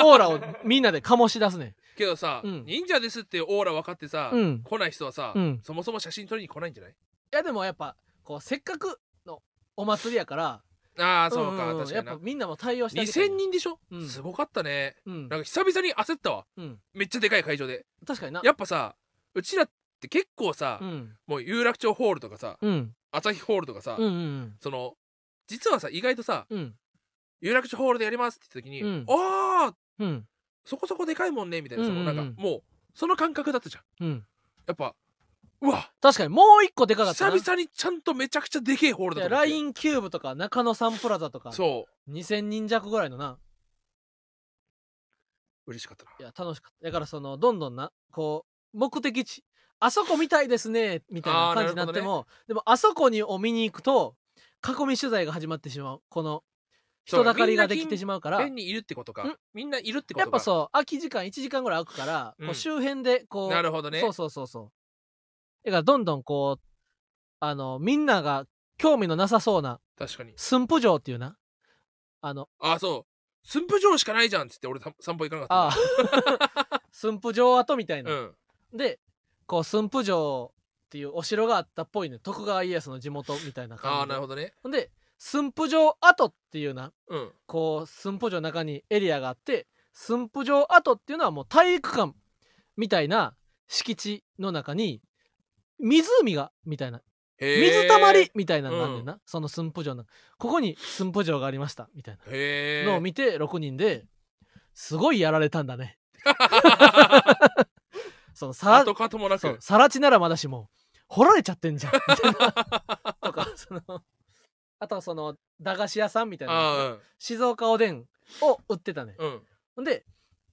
オーラをみんなで醸し出すね
けどさ、
うん
忍者ですっていうオーラ分かってさ、
うん
来ない人はさ、
うん
そもそも写真撮りに来ないんじゃない
いやでもやっぱこうせっかくのお祭りやから
ああ、そうか、
んんん
確か
やっ
にな
ぱ。みんなも対応してあげたい
2000人でしょ、
うん
すごかったね。
うん
なんか久々に焦ったわ。
うん
めっちゃでかい会場で。
確かにな
やっぱさ、うちらって結構さ、
うん
もう有楽町ホールとかさ、
うん
朝日ホールとかさ、
うんうん
その、実はさ、意外とさ、
うん
有楽町ホールでやりますって言った時に、
うん
ああ、
うん
そこそこでかいもんね、みたいな、その、
うん
な
うんうんん
か、もう、その感覚だったじゃん。
うん
やっぱ、うわ、
確かにもう一個でかかった
久
な
々にちゃんとめちゃくちゃでけえホールだと思って。
ラインキューブとか中野サンプラザとか
そ
2000人弱ぐらいのな
う、嬉しかったな。
いや楽しかっただからそのどんどんなこう目的地あそこ見たいですねみたい
あー
な感じになっても、でもあそこにを見に行くと囲み取材が始まってしまうこの
そう
人だかりがで
みん
き
な
てしまうから
県にいるってことか
ん。
みんないるってことか。
やっぱそう空き時間1時間ぐらい空くから、
うん
こう周辺でこう
なるほどね
そうそうそうそうだからどんどんこうあのみんなが興味のなさそうな
確かに。
駿府城っていうなあの
ああ、そう。駿府城しかないじゃんっつって俺さ散歩行かな か
あ
っ
あ駿府城跡みたい
た。
な、
うん。
でこう駿府城っていうお城があったっぽいね徳川家康の地元みたいな感じ
あ
で
あ、なるほどね。
ほんで駿府城跡っていうな
うん。
こう駿府城の中にエリアがあって駿府城跡っていうのはもう体育館みたいな敷地の中に湖がみたいな
へー
水たまりみたいなのがあんねんな、その駿府城のここに駿府城がありましたみたい
へえ。
なの を見て6人ですごいやられたんだねそのさ
跡かともな
そう
く。
さらちならまだしも掘られちゃって んじゃんみたいなとかそのあとはその駄菓子屋さんみたいな
あ
静岡おでんを売ってたね
あ、うん。うん。
ほんで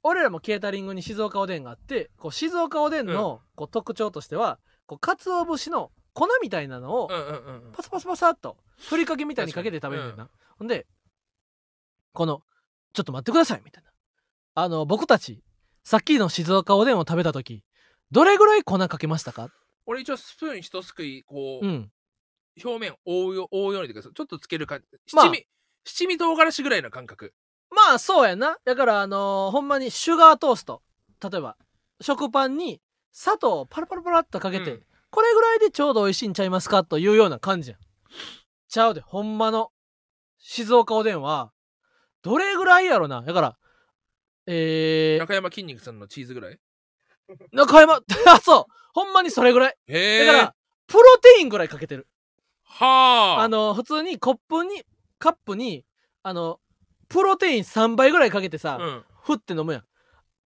俺らもケータリングに静岡おでんがあってこう静岡おでんのこう特徴としてはこう鰹節の粉みたいなのを
うんうんうんうん。
パサパサパサっとふりかけみたいにかけて食べるんだよな、ほんでこの「ちょっと待ってください」みたいなあの僕たちさっきの静岡おでんを食べた時どれぐらい粉かけましたか
俺一応スプーン一すくい、こう、
うん
表面覆うよ、覆うようにというか、ちょっとつける感じ。七
まあ
味、七味唐辛子ぐらいの感覚。
まあそうやなだからあのーほんまにシュガートースト例えば食パンに砂糖をパラパラパラっとかけて、
うん
これぐらいでちょうど美味しいんちゃいますかというような感じやんちゃうでほんまの静岡おでんはどれぐらいやろなだからえー、
中山筋肉さんのチーズぐらい。
中山、 あ、そう。ほんまにそれぐらい。
へ
だ
え。
から、プロテインぐらいかけてる。
はあ。
あの、普通にコップに、カップに、あの、プロテイン3倍ぐらいかけてさ、
うん。
ふって飲むやん。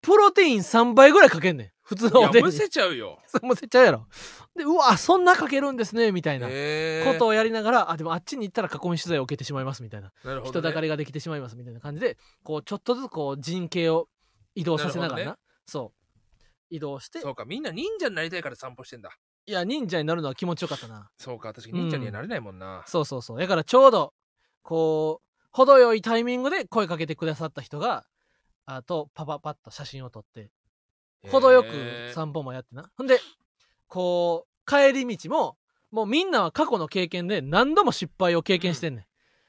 プロテイン3倍ぐらいかけんねん。普通のお
い
で
や、
んに。
むせちゃうよ。
そう むせちゃうやろ。で、うわ、そんなかけるんですね、みたいなこ
へえ。
とをやりながら、あ、でもあっちに行ったら囲み取材を受けてしまいます、みたいな。
なるほど
人
ね
だかりができてしまいますみたいな感じでこうちょっとずつこう陣形を移動させながらな
なるほど
そう移動して
そうか、みんな忍者になりたいから散歩してんだ。
いや忍者になるのは気持ちよかったな
そうか、確かに忍者にはなれないもんな。
そうそうそうだからちょうどこう程よいタイミングで声かけてくださった人があとパパパッと写真を撮って
へー
程よく散歩もやってなほんでこう帰り道ももうみんなは過去の経験で何度も失敗を経験してんねん、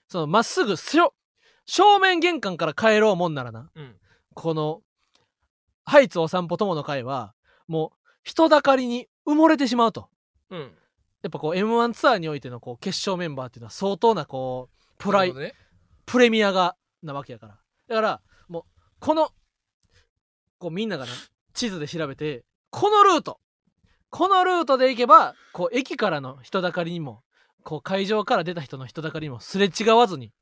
そのまっすぐしょ正面玄関から帰ろうもんならな
うん。
この、ハイツお散歩友の会は、もう人だかりに埋もれてしまうと。
うん。
やっぱこう M1 ツアーにおいてのこう決勝メンバーっていうのは相当なこう、プラ
な
イ、
るほどね
プレミアが、なわけやから。だから、もう、この、こうみんながね、地図で調べて、このルート、このルートで行けば、こう駅からの人だかりにも、こう会場から出た人の人だかりにもすれ違わずに、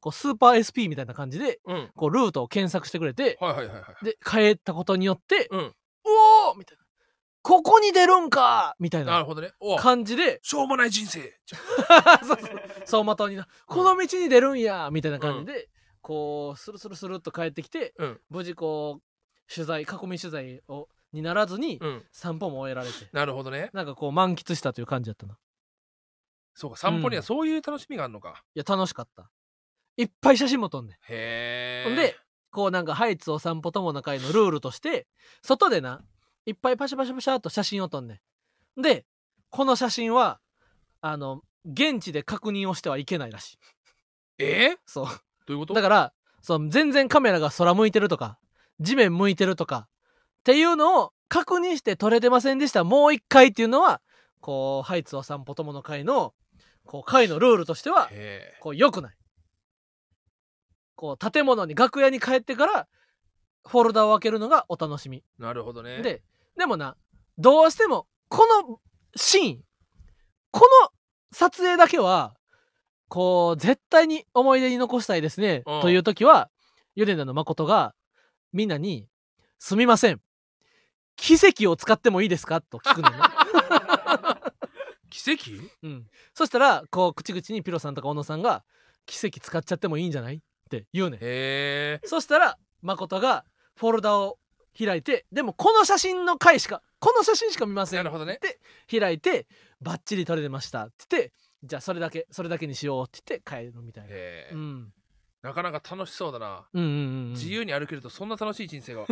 こうスーパー SP みたいな感じで、
うん。
こうルートを検索してくれて、
はいはいはいはい。
で帰ったことによって、
うん。
おおみたいな。ここに出るんかみたい
なる
な
ほどね。おう
感じで、
しょうもない人生。
そうそう走馬灯にな、この道に出るんやみたいな感じで、こう、スルスルスルっと帰ってきて、
うん
無事こう、取材、囲み取材をにならずに、
うん。
散歩も終えられて、
なるほどね。
なんかこう、満喫したという感じだったな。い
そうか、散歩にはそういう楽しみがあるのか。
や、楽しかった。いっぱい写真も撮んねん。
へえ。
ほんで、こうなんかハイツお散歩友の会のルールとして、外でな、いっぱいパシャパシャパシャっと写真を撮んねん。で、この写真は、あの、現地で確認をしてはいけないらしい。
え
そう。
どういうこと
だから、そう全然カメラが空向いてるとか、地面向いてるとか、っていうのを確認して撮れてませんでした。もう一回っていうのは、こう、ハイツお散歩友の会の、こう、会のルールとしては、
へ
こう、良くない。こう、建物に、楽屋に帰ってから、フォルダを開けるのがお楽しみ。
ーなるほどね。
で、でもな、どうしても、このシーン、この撮影だけは、こう、絶対に思い出に残したいですね、
うん
という時は、ヨネダの誠が、みんなに、すみません。奇跡を使ってもいいですかと聞く のね。
奇跡
うん。そしたら、こう、口々にピロさんとか小野さんが、奇跡使っちゃってもいいんじゃないって言うねん。
へえ。
そしたら、誠が、フォルダを開いて、でもこの写真の回しか、この写真しか見ません
な。るほどね。
開いてバッチリ撮れてましたって言ってじゃあそれだけそれだけにしようって言って帰るみたいな、
へ
う
ー
ん、
なかなか楽しそうだな。
うんうんうんうん
自由に歩けるとそんな楽しい人 生が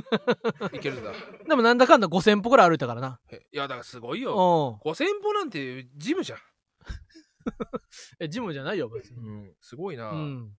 いけるんだ。
でもなんだかんだ5000歩ぐらい歩いたからな
へいや、だからすごいよ。
お
5000歩なんてジムじゃん。
えジムじゃないよ別に、
すごいな。
うん、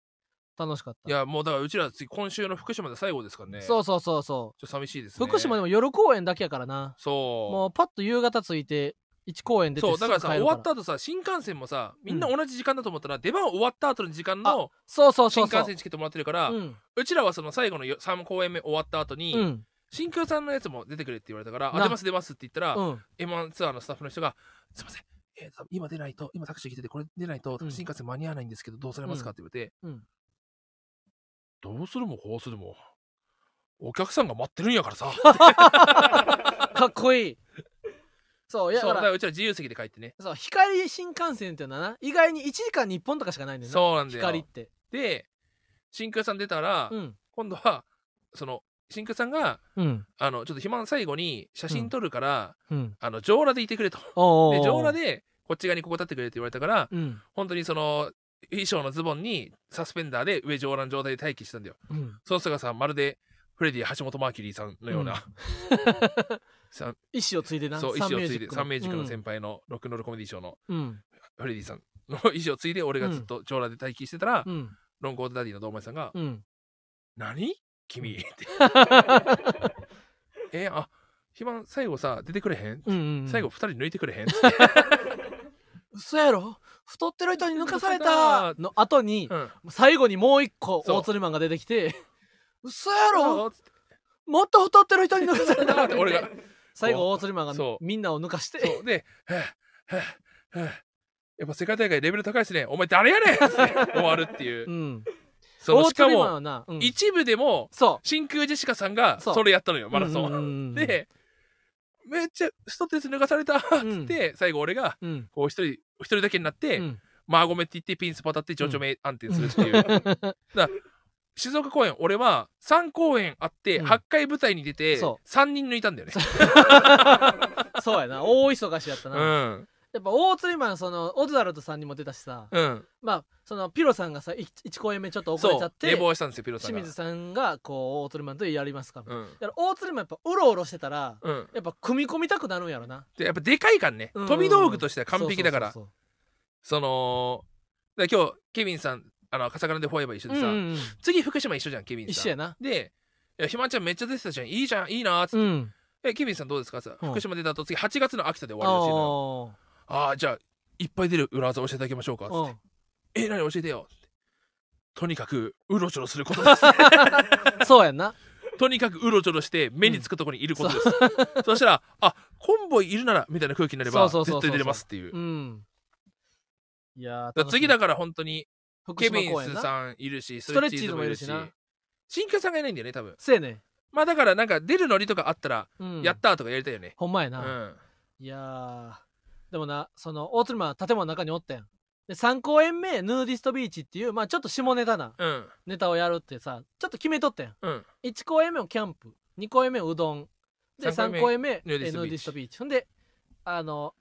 楽しかった
いや、もうだからうちら次、今週の福島で最後ですからね。
そう
ちょ
そうそうそ
っと寂しいです
う、
ね。
福島で
も。
も夜公演だけやからな
そ
もうパッと夕方着いて1公演
う。
出て
そう、だからさ、
すぐ帰
終
る
わった後さ、新幹線もさ、みんな同じ時間だと思ったら、出番終わった後の時間の
そうそう
新
そうそう
幹線チケットもらってるから、
うん
うちらはその最後の3公演目終わった後に、
うん
新空さんのやつも出てくれって言われたから、
な
あ出ます出ますって言ったら、
うん、
M1 ツアーのスタッフの人が、すいません、えーと今出ないと、今タクシー来てて、これ出ないと、
うん
新幹線間に合わないんですけど、どうされますかって言われて、
うん
どうするもこうするも、お客さんが待ってるんやからさ。
かっこいいそういや
そう
だ
だ
か
かららうちら自由席で帰ってね。
そう光新幹線っていうのはな意外に1時間に1本とかしかないんだよな
そうなんだよ。
光って
で、新空さん出たら、
うん
今度は、その、新空さんが、
うん
あの、ちょっと暇の最後に写真撮るから、
うん
あの、上裸でいてくれと。
おうおうお
で、
う
上裸で、こっち側にここ立ってくれって言われたから、
うん、
本当にその、衣装のズボンにサスペンダーで上上裸の状態で待機してたんだよ。
うん、
その姿さ、まるで、フレディ橋本マーキュリーさんのような、 さん
意思をついでな
そう、
サ
衣
ンミ
装をつい
ュージッ
て、
ク
サンミュージックの
うん
先輩のロックンロールコメディショーの
うん
フレディさんの衣装をついで、俺がずっと上裸で待機してたら、
うん
ロングコートダディの堂前さんが、
うん
何君って。えあ、暇最後さ、出てくれへん、
うんうん
最後二人抜いてくれへん
嘘やろ太ってる人に抜かされたの後に、
うん。
最後にもう一個
そう
大鶴マンが出てきて嘘やろ
ろ
もっと太ってる人に抜かさ れた
って俺が。
最後大鶴マンが
そう
みんなを抜かして
そう。で、はぁ、はぁ、はぁ。やっぱ世界大会レベル高いですね。お前誰やねんつって終わるっていう
う、。ん、
その
大
しか
鶴マン
も、
はな、うん
一部でも、
そ
真空ジェシカさんが
そう
それやったのよ、
う
マラソ
うんうん
ン。
うん
で、めっちゃ太って抜かされたっつって、最後俺が、
うん
こう一人、一人だけになって、
うん
マーゴメって言ってピンスパタって情緒名暗転するっていう。だから静岡公演俺は3公演あって
うん
8回舞台に出て
そ
3人抜いたんだよね。
そうやな大忙しやった
う
な、
ん
やっぱ大鶴マンそのオズワルドさんにも出たしさ、
うん。
まあそのピロさんがさ 1, 公演目ちょっと遅れち
そ
ゃっ
う
て
寝坊したんですよピロさんが。
清水さんがこう大鶴マンとやりますかみたいな
うん
だから大鶴マンやっぱうろうろしてたら
うん。
やっぱ組み込みたくなるんやろな
でやっぱでかいからね
うん
飛び道具としては完璧だから
そうそ
そ
う
のだから今日ケビンさんあの笠原でフォーエバー一緒
そう
で
そうう
さ
んうんうん
次福島一緒じゃんケビンさん。
一緒やな
でいやひまちゃんめっちゃ出てたじゃんいいじゃんいいなーっつっ
う
て、
ん
えケビンさんどうですかさ
うん
福島出た後次8月の秋田で終
あ
わるらしいのよ
ー
ああーじゃあいっぱい出る裏技教えていただきましょうかっつって
うん
え、何教えてよ。とにかく、うろちょろすること です。
そうやんな
とにかく、うろちょろして、目につくところにいることです。そしたら、あ、コンボイいるなら、みたいな空気になれば、
そうそうそうそう
絶対出れますって いう。
うんいやー
だから次だ
楽
か
し
ら本当に、
み
ケビン
福島公演
ス
な
さんいるし、
ストレッチーズもいるし
ストレッチーズもい
な
るし新居さんがいないんだよね、多分。
せやね
まあだから、なんか出るノリとかあったら、
うん
やったーとかやりたいよね。
ほんまや
う
な、
ん。
いやーでもなその大鶴マンは建物の中におったやんで3公演目ヌーディストビーチっていうまあちょっと下ネタな
うん。
ネタをやるってさちょっと決めとったやん
うん。
1公演目をキャンプ2公演目うどんで
三
3
公
公演目
ヌ
ヌ
ーデ
ーデ
ィ
ィ
ストビーチ
ストビーチほんであの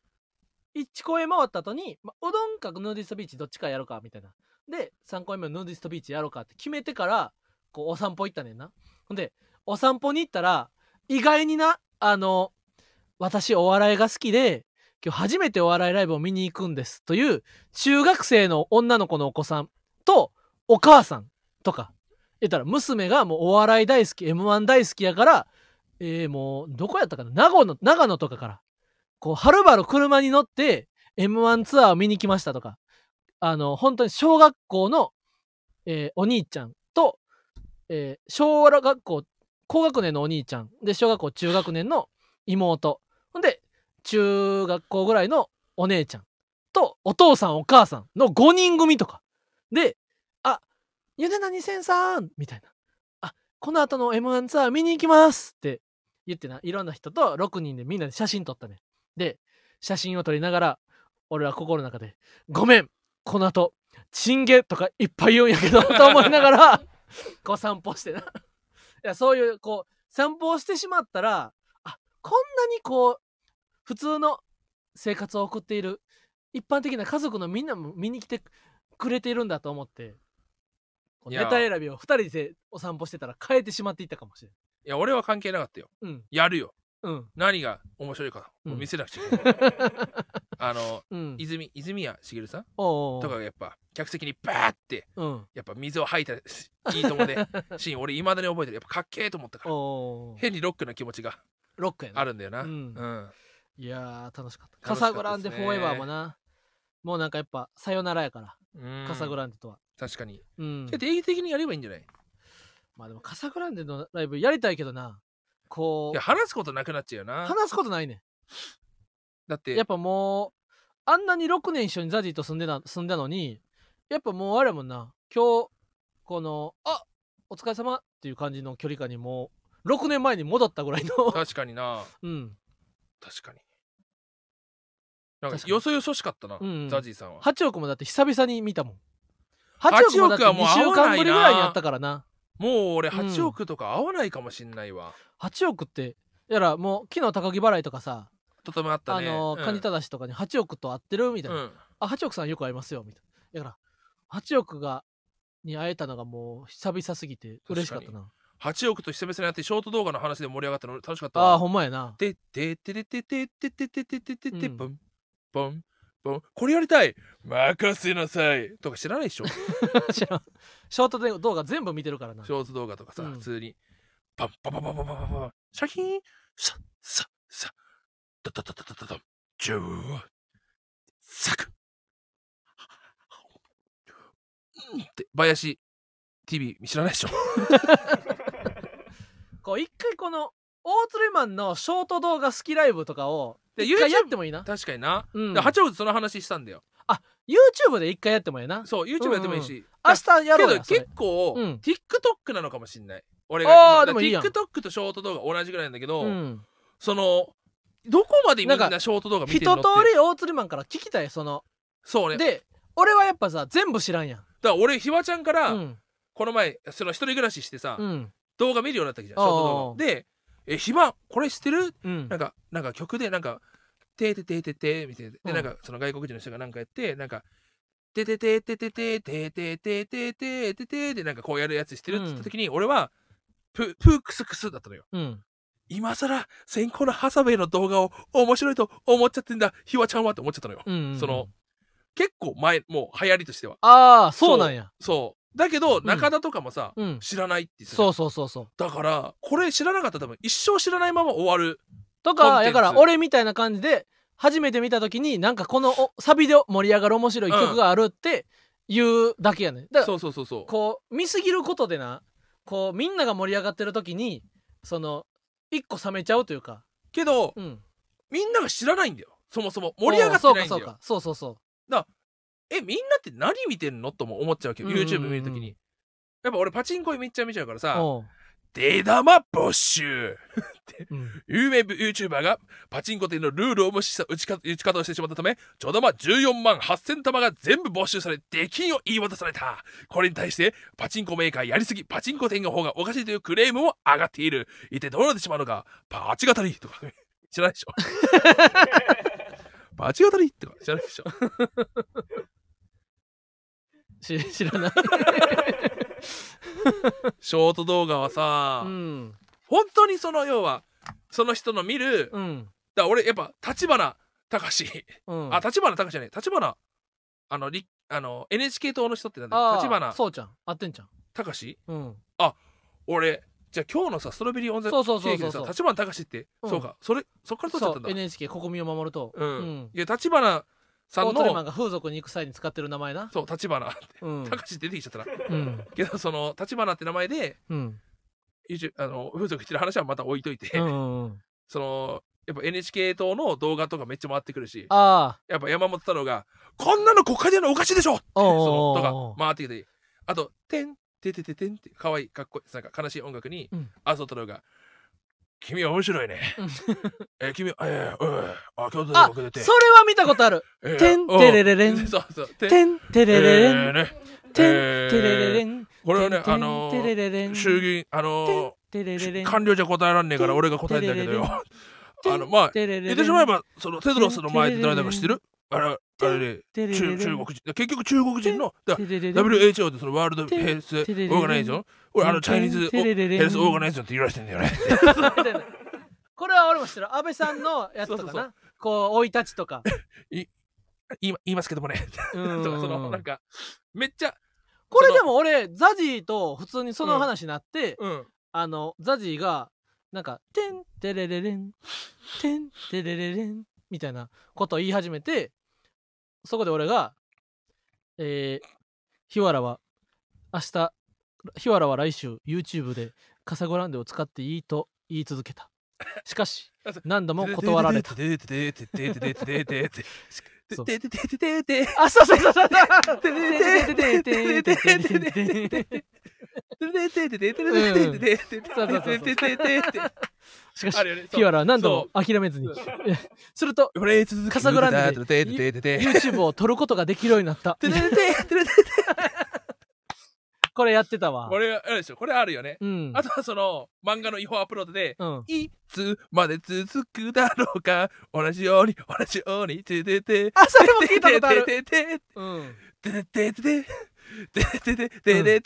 1公演回った後に、まあ、うどんかヌーディストビーチどっちかやろうかみたいなで3公演目ヌーディストビーチやろうかって決めてからこうお散歩行ったねんなほんでお散歩に行ったら意外になあの私お笑いが好きで今日初めてお笑いライブを見に行くんですという中学生の女の子のお子さんとお母さんとか、言ったら娘がもうお笑い大好き、M1 大好きやから、えー、もう、どこやったかな長野、長野とかから、こう、はるばる車に乗って、M1 ツアーを見に来ましたとか、あの、本当に小学校の、えーお兄ちゃんと、えー小学校、高学年のお兄ちゃん、で、小学校、中学年の妹、ほんで、中学校ぐらいのお姉ちゃんと、お父さん、お母さんの5人組とか、で、あ、ゆねな2000さんみたいな。あ、この後の M1 ツアー見に行きますって言ってな、いろんな人と6人でみんなで写真撮ったね。で、写真を撮りながら、俺は心の中で、ごめん、この後、チンゲとかいっぱい言うんやけど、と思いながら、こう散歩してな。いや、そういう、こう、散歩をしてしまったら、あ、こんなにこう、普通の生活を送っている、一般的な家族のみんなも見に来てくれているんだと思って、こう
い
ネ
や
タ選びを二人でお散歩してたら変えてしまっていたかもしれ
いや、俺は関係なかったよ。
ない。うん。
やるよ。
うん。
何が面白いか、
うん
もう見せなくちゃいけない。あの、
うん。
泉、泉谷しげるさん
おうおうおう
とかがやっぱ、客席にバーって、
うん。
やっぱ水を吐いたし、いいとも で、シーン、俺、いまだに覚えてる。やっぱかっけえと思ったか
おう
ら。
おうおう
変にロックな気持ちが
ロックやな。
あるんだよな。
う
うんん。
いやー、楽しかった。カ
楽しか
サ
ったですね
グランデフォーエバーもな。もうなんかやっぱ、さよならやから、
うん
カサグランデとは。
確かに。
うん
じゃ。あ定義的にやればいいんじゃない
まあでも、カサグランデのライブやりたいけどな。こ
いうや、、話すことなくなっちゃうよな。
話すことないね
だって、
ん。やっぱもう、あんなに6年一緒にザジーと住んでな住んだのに、やっぱもうあれやもんな。今日、この、あお疲れ様っていう感じの距離感にもう、6年前に戻ったぐらいの。
確かにな。
うん。
確かに。なんか
確かに
よそよそしかったな、
うんうん
ザジーさんは。
8億もだって久々に見たもん。
八
8
億
億もだって
はもう
2
会
週
わないな
間ぶりぐらいにやったからな。
もう俺
うん
8億とか合わないかもしんないわ。
8億ってやらもう昨日高木払いとかさ、
とてもあった
あ
ね。
の
うん
カニタダシとかに8億と会ってるみたいうな、
ん。
あ8億さんよく会いますよみたいなだから8億がに会えたのがもう久々すぎて嬉しかったな
8億と久々にやってショート動画の話で盛り上がったの楽しかったわ。
ああーほんま やな
で、で、で、で、で、で、で、で、で、で、で、で、で、
うん
ボン、ボン、ボン。これやりたい任せなさいとか知らないで しょシ
知らんショート動画全部見てるからな
ョート動画とかさ、
うん
普通に。パンパパパパパパパシャキーンサッサッサッタタタタタタタジューサクうんって、林 TV 知らないでしょ
こう一回この大鶴マンのショート動画好きライブとかを
で
一回
YouTube
やってもいいな、
確かにな。
うん、
で八王子その話したんだよ。
YouTube で一回やってもいいな
そう、YouTube やってもいいし。
明日や
け
ろう
ど
やそれ
結構、
うん
TikTok なのかもしんない。俺が
あー
今
でもいいやん
TikTok とショート動画同じぐらいなんだけど、
うん、
そのどこまでみん
なん
なショート動画見て
一
る
通
のって
り大鶴マンから聞きたいその
そうねだか
で俺はやっぱさ全部知らんやん
ら俺ひわちゃんから、
うん
この前その一人暮らししてさ、
うん
動画見るようになったわけじゃんシ
あー
ョート動画で「えひわこれ知ってる
うん
なんかなんか曲でなんか「てーてててて」みたいなで、
うん
なんかその外国人の人がなんかやってなんか「ててててててててててててて」でなんかこうやるやつしてるって言った時に、俺はププークスクスだったのよ
うん
今さら先行のハサウェイの動画を面白いと思っちゃってんだひわちゃんはって思っちゃったのよ、
うん
その結構前もう流行りとしては
ああそうなんや
そうだけど
ん
中田とかもさ、
うん
知らないって言ってた
そうそうそうそう
だからこれ知らなかったら多分一生知らないまま終わる
と
コンテンツ
かだから俺みたいな感じで初めて見た時になんかこのおサビで盛り上がる面白い曲があるっていうだけやねんだから
そうそうそうそう
こう見すぎることでなこうみんなが盛り上がってる時にその一個冷めちゃうというか
けど
うん
みんなが知らないんだよそもそも盛り上がってないんだ
そうかそう
よ
かそうそうそう
えみんなって何見てんのとも思っちゃうけど
うんうんうん
YouTube 見るときにやっぱ俺パチンコめっちゃ見ちゃうからさ
おう
「出玉没収」
うん
有名 YouTuber がパチンコ店のルールを無視した打ちか打ち方をしてしまったため、ちょうどま14万8000玉が全部没収され、出禁を言い渡された。これに対して、パチンコメーカーやりすぎ、パチンコ店の方がおかしいというクレームも上がっている。一体どうなってしまうのか、パチ語りとか、知らないでしょ。 パチ語りとか、知らないでしょ。
し知ら ない
ショート動画はさ、
うん
本当にその要は、その人の見る、だか
うん
ら俺やっぱ、立花隆
うん
あ、立花隆じゃねえ。立花、あの、立あの NHK 党の人ってなんだ
ああ、
立花
そうちゃん。あってんちゃん。
隆
うん。
俺じゃあ今日のさストロベリーオンザケ
そうそうそう
ーキ
そう
で
そ
さ
う。
立花隆って、
うん
そうかそれそっから取っちゃ
そ
った
うん
だ
NHK 国民を守ると。
うん、
うん。
いや立花さ
オ
ん
ートレマン
の
が風俗に行く際に使ってる名前な。
そう立花
うん。
隆出てきちゃったな
うん。
けどその立花って名前で
うん。
YouTube あの風俗してる話はまた置いといて、
うんうんうん。
そのやっぱ NHK 党の動画とかめっちゃ回ってくるし
あ
やっぱ山本太郎が「こんなの国会でやるのおかしいでしょ!」って
おうおうおうおう
そのとか回ってきてあと「てんててててん」ってかわいいかっこいいなんか悲しい音楽に
うん
麻生太郎が「君は面白いね
うん」
え「君えー、うんあ京都で
あ。あ、そ
僕
れ
出て」
は見たことある。
えー
てんてれれれん
うんそうそうて
てんてれれれん。
えーね
て
え
ん
ー
てれれれん。
これはね
てん
あの
てんてれ
ー
れれん。
衆議院あの
てんてれれれ
ー
ん。
官僚じゃ答えらんねえから俺が答えんだけどよあのまあ
てれれ
言
れん
ってしまえばそのテドロスの前って誰だか知ってるあれあれで
てれれれ
中
ん
中国人結局中国人のだか
てれれれん
ら WHO でそのワールドヘルスオ
テレレレ
ーガナイズ俺あのチャイニーズお
テレ
ヘ
レレン
ルスオーガナイズって言われてんだよね
みたいなこれは俺も知ってる安倍さんのやつと
そ
か
う
な
そうそ
こう生い立ちとか
今言いますけどもね
う ん
とかそのなんかめっちゃ
これでも俺ザジーと普通にその話になって、
うん
あのザジーがなんか「てんてれれれんてんてれれれん」みたいなことを言い始めてそこで俺が「えー、日原は明日日原は来週 YouTube でカサゴランデを使っていいと言い続けた」しか し
あそう
何度も断られた。
ててててててててててて
そう
ててててててて
あ、そうそうそうそう。
てててててててててて
そうそうそうそう
ててててて
しかし
あ、るよねそう
ヒワラは何度も諦めずに
そう。
すると、
フレーズ
カサグラ
て
ンデで
てててて
YouTube を撮ることができるようになった。これやってたわ
こ。れあれでしょこれあるよね
うん。
あとはその漫画の違法アップロードで
うん。
いつまで続くだろうか同じように同じようにててて
あ、それも聞いたことあ る。
ててて
うん。
てててててててててててて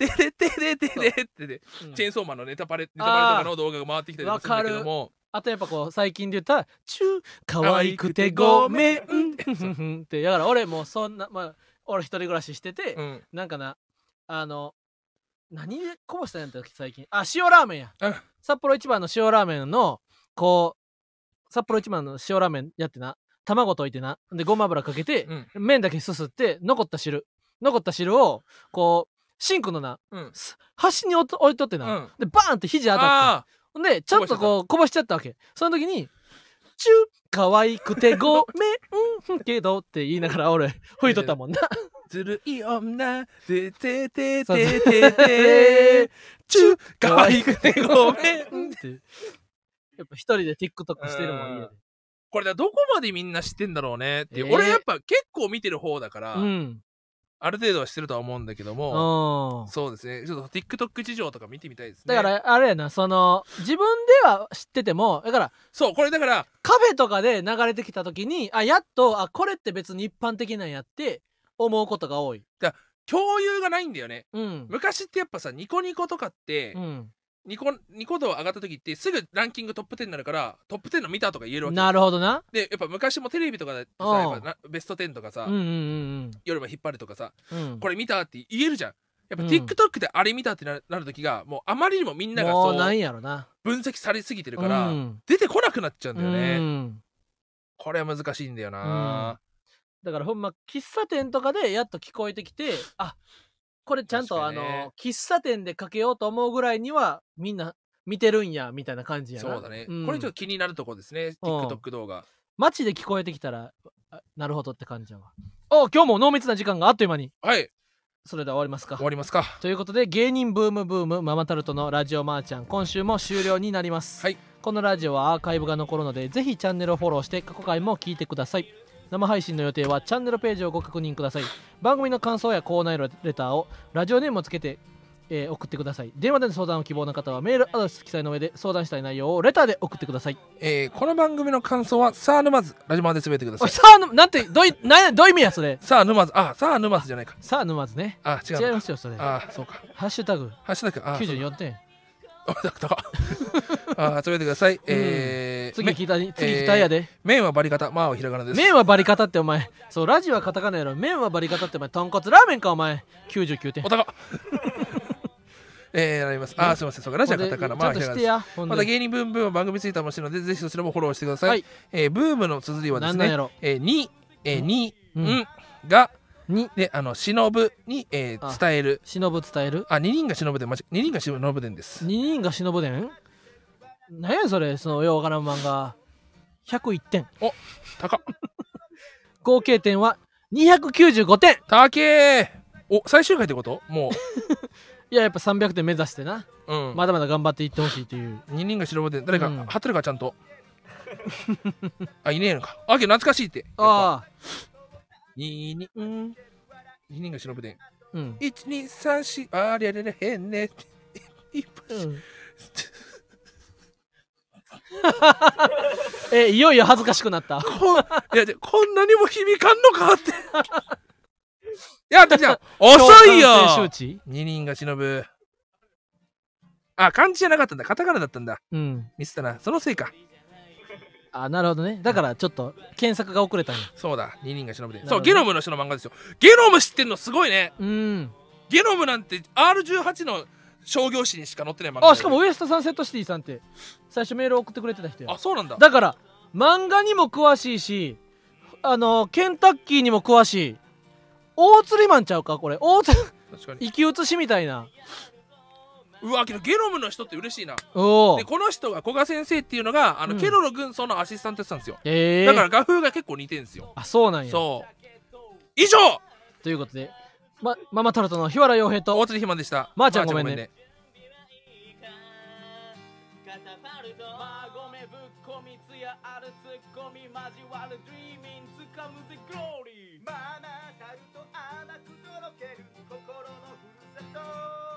ててててチェーンソーマンのネタパレネタパレとかの動画が回ってきたりもするんだけども
あとやっぱこう、最近で言ったら、チュー、可愛くてごめん。 って、だから俺もうそんな、まあ、俺一人暮らししてて、
うん
なんかな、あの、何でこぼしたんやったっけ最近。あ、塩ラーメンや
うん。
札幌一番の塩ラーメンの、こう、札幌一番の塩ラーメンやってな、卵溶いてな、で、ごま油かけて、
うん
麺だけすすって、残った汁、残った汁を、こう、シンクのな、
うん
す端に置いと置いとってな、
うん
で、バーンって肘当たって、
あ
ほんで、ちょっとこう、こぼしちゃったわけ。その時に、チュー可愛くてごめんけどって言いながら俺、吹いとったもんな。
ずるい女ててててて てチュ可愛くて ごめん
って。やっぱ一人で TikTok してるもん、家で。
これだどこまでみんな知ってんだろうねっていう、
えー
俺やっぱ結構見てる方だから、
うん。
ある程度はしてるとは思うんだけども、
うん。
そうですねちょっと TikTok 事情とか見てみたいですね
だから、あれやな、その、自分では知ってても、だから、
そうこれだから
カフェとかで流れてきた時に、あ、やっと、あ、これって別に一般的なんやって思うことが多い。
共有がないんだよね
うん。
昔ってやっぱさニコニコとかって、
うん。
ニコニコ度上がった時ってすぐランキングトップ10になるからトップ10の見たとか言えるわけ
なるほどな。
でやっぱ昔もテレビとかでさ
うん
やっぱなベスト10とかさ、
うんうん
夜は引っ張るとかさ
うんうん。
これ見たって言えるじゃんやっぱ
うん
TikTok であれ見たってななる時がもうあまりにもみんなが
も
そう
うなんやろな。
分析されすぎてるから、
うん。
出てこなくなっちゃうん
う
だよね、
ん。
これは難しいんだよな、
だからほんま喫茶店とかでやっと聞こえてきてあこれちゃんとあ
確かに
の、
ね
喫茶店でかけようと思うぐらいにはみんな見てるんやみたいな感じやな
そうだね、
ん
これちょっと気になるとこですね
うん
TikTok 動画
街で聞こえてきたらあなるほどって感じやわお今日も濃密な時間があっという間に
はい
それでは終わりますか
終わりますか
ということで芸人ブームブームママタルトのラジオマーちゃん今週も終了になります、
はい
このラジオはアーカイブが残るのでぜひチャンネルをフォローして過去回も聞いてください生配信の予定はチャンネルページをご確認ください番組の感想やコーナーレターをラジオネームをつけて、えー送ってください電話での相談を希望の方はメールアドレス記載の上で相談したい内容をレターで送ってください
えーこの番組の感想はさあ沼津ラジマンで滑ってくださ
お
い
いさあぬなんてどういなどういう意味やそれ
さあ沼津あさあ沼津じゃないか
さあ沼津ね
あ違う
違い
の
ま
か
すよそれハ
あそうか
ッシュタグ
橋田君あそう
94点
あ高っ あー集めてください、えー、
次
め
聞いた、次聞いたやで。
麺はバリ方まあはひらがなです
麺はバリ方ってお前、そう、ラジはカタカナやろ。麺はバリ方ってお前、豚骨ラーメンかお前。99点
お。高っ えー、なりますあーすいませんそうかラジャーカタカナまあ
ほん
ひ
で
ら
ちゃ
がな
んとし
です
てや。ほんで
また芸人ブームブームは番組ツイッターもしてるのでぜひそちらもフォローしてください、
はい
えーブームの綴りはです
なんなんや
ね
ろ、
えー、に、えー、に、、
うんん
が
に、
であの忍ぶに、えー
あ
伝える
忍ぶ伝える。
あ二人が忍ぶで間違二人が忍ぶでんです
2人が忍ぶでん何やそれ、そのようわからん漫画。101点。
高っ
合計点は295点。
高えお最終回ってことも
いや、やっぱ300点目指してな。
う、うん
まだまだ頑張っていってほしいという。
二人が忍ぶで誰か
うん
貼ってるかちゃんとあいねえのかあけど懐かしいってやっぱ
ああ、
二人
うん。
二人が忍ぶでん
うん。
一二三四ありゃりゃりゃ変ねいっぱい
え、いよいよ恥ずかしくなった。
こんいやでこんなにも響かんのかっていやたちゃん遅いよ
共感性周知
二人が忍ぶあ漢字じゃなかったんだカタカナだったんだ
うん。
ミスったなそのせいか
あ、なるほどね。だからちょっと検索が遅れたんや。
そうだ二人が忍ぶで
なる
そ
ほ
う
どね
ゲノムの人の漫画ですよゲノム知ってんのすごいね
うん。
ゲノムなんて R18 の商業誌にしか載ってない漫画
あ、しかもウエストサンセットシティさんって最初メール送ってくれてた人や
あ。そうなんだ
だから漫画にも詳しいし、あの、ケンタッキーにも詳しい。大釣りマンちゃうかこれ。大釣り、
確かに
生き写しみたいな。
うわけどゲノムの人って嬉しいな
おお
で。この人が古賀先生っていうのがあの、
うん
ケロロ軍曹のアシスタントやってたんですよ
ええ
だから画風が結構似てるんですよ。
あ、そうなんや。
そう。以上
ということで、ま、ママタルトの日原洋平と、
大鶴ひまんでした。
まーちゃんごめんね
カタパルトまあごめんぶっこみつやあるツッコミ交わるドリーミンつかむぜグローリーママタルト甘くとろける心のふるさと